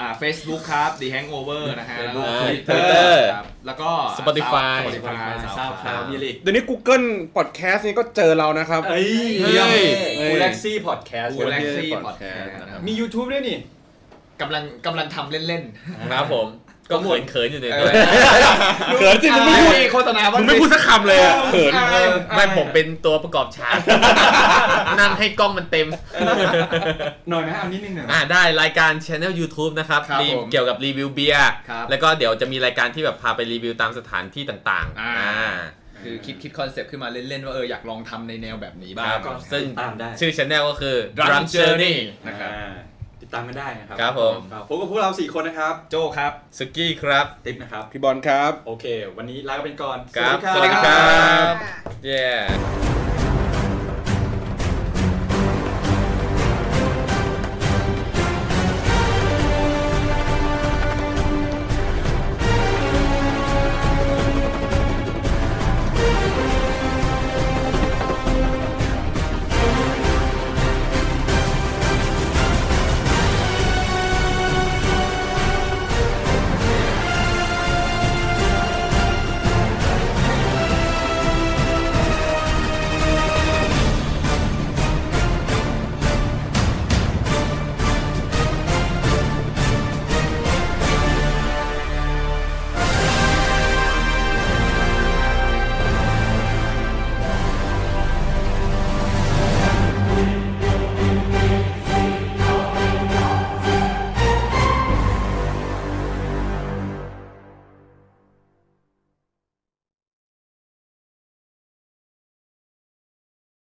อ่า Facebook ครับ The Hangover นะฮะ แล้วก็
Twitter
Twitter ครับแล้วก็
Spotify
Spotify
ทราบครับมีอะไรอีก
เดี๋ยวนี้ Google Podcast นี่ก็เจอเรานะครับ
เอ้ย
เฮ้ย
กูแล็กซี่พอดแคสต์
กูแล็กซี่
Podcast
พอดแคสต์นะครับ
มี YouTube ด้วยนี่
กำลังกำลังทำเล่น
ครับผม ก็เขินเขินๆอยู่
ๆ
เลย
เอ
ด้วย
อ
เขินจริงมึงไม่พูด
โฆษณาว่า
มึงไม่พูดสักคำเลยอะเขิน
เออ
ไม่ผมเป็นตัวประกอบฉาก นั่งให้กล้องมันเต็ม
หน่อยไหมเอานิดนึงหน่อยไหม
อ่าได้รายการ Channel YouTube นะครับ
ครับ
รีวิว
ผม
เกี่ยวกับรีวิวเบียร์
ครับ
แล้วก็เดี๋ยวจะมีรายการที่แบบพาไปรีวิวตามสถานที่ต่างๆ
อ่า
อ่า
คือคิดคิดคอนเซปต์ขึ้นมาเล่นๆ ว่าเอออยากลองทำในแนวแบบนี้
ค
บ้า
รั
ง
บซึ่ง
ติดตามได้
ชื่อ Channel ก็คือ
Drunk
Drunk Journey
นะครับติดตามกันได้นะครับ
ครับผม
ก็พบกับพวกเราสี่คนนะครับ
โจ้ครับ
สุกี้ครับ
ติ๊บนะครับ
พี่บอลครับ
โอเค วันนี้ลากันไปก่อน
ครับ
ส
ส
วั
วัส
สดี
ดี
ค
ค
รั
รับ เย้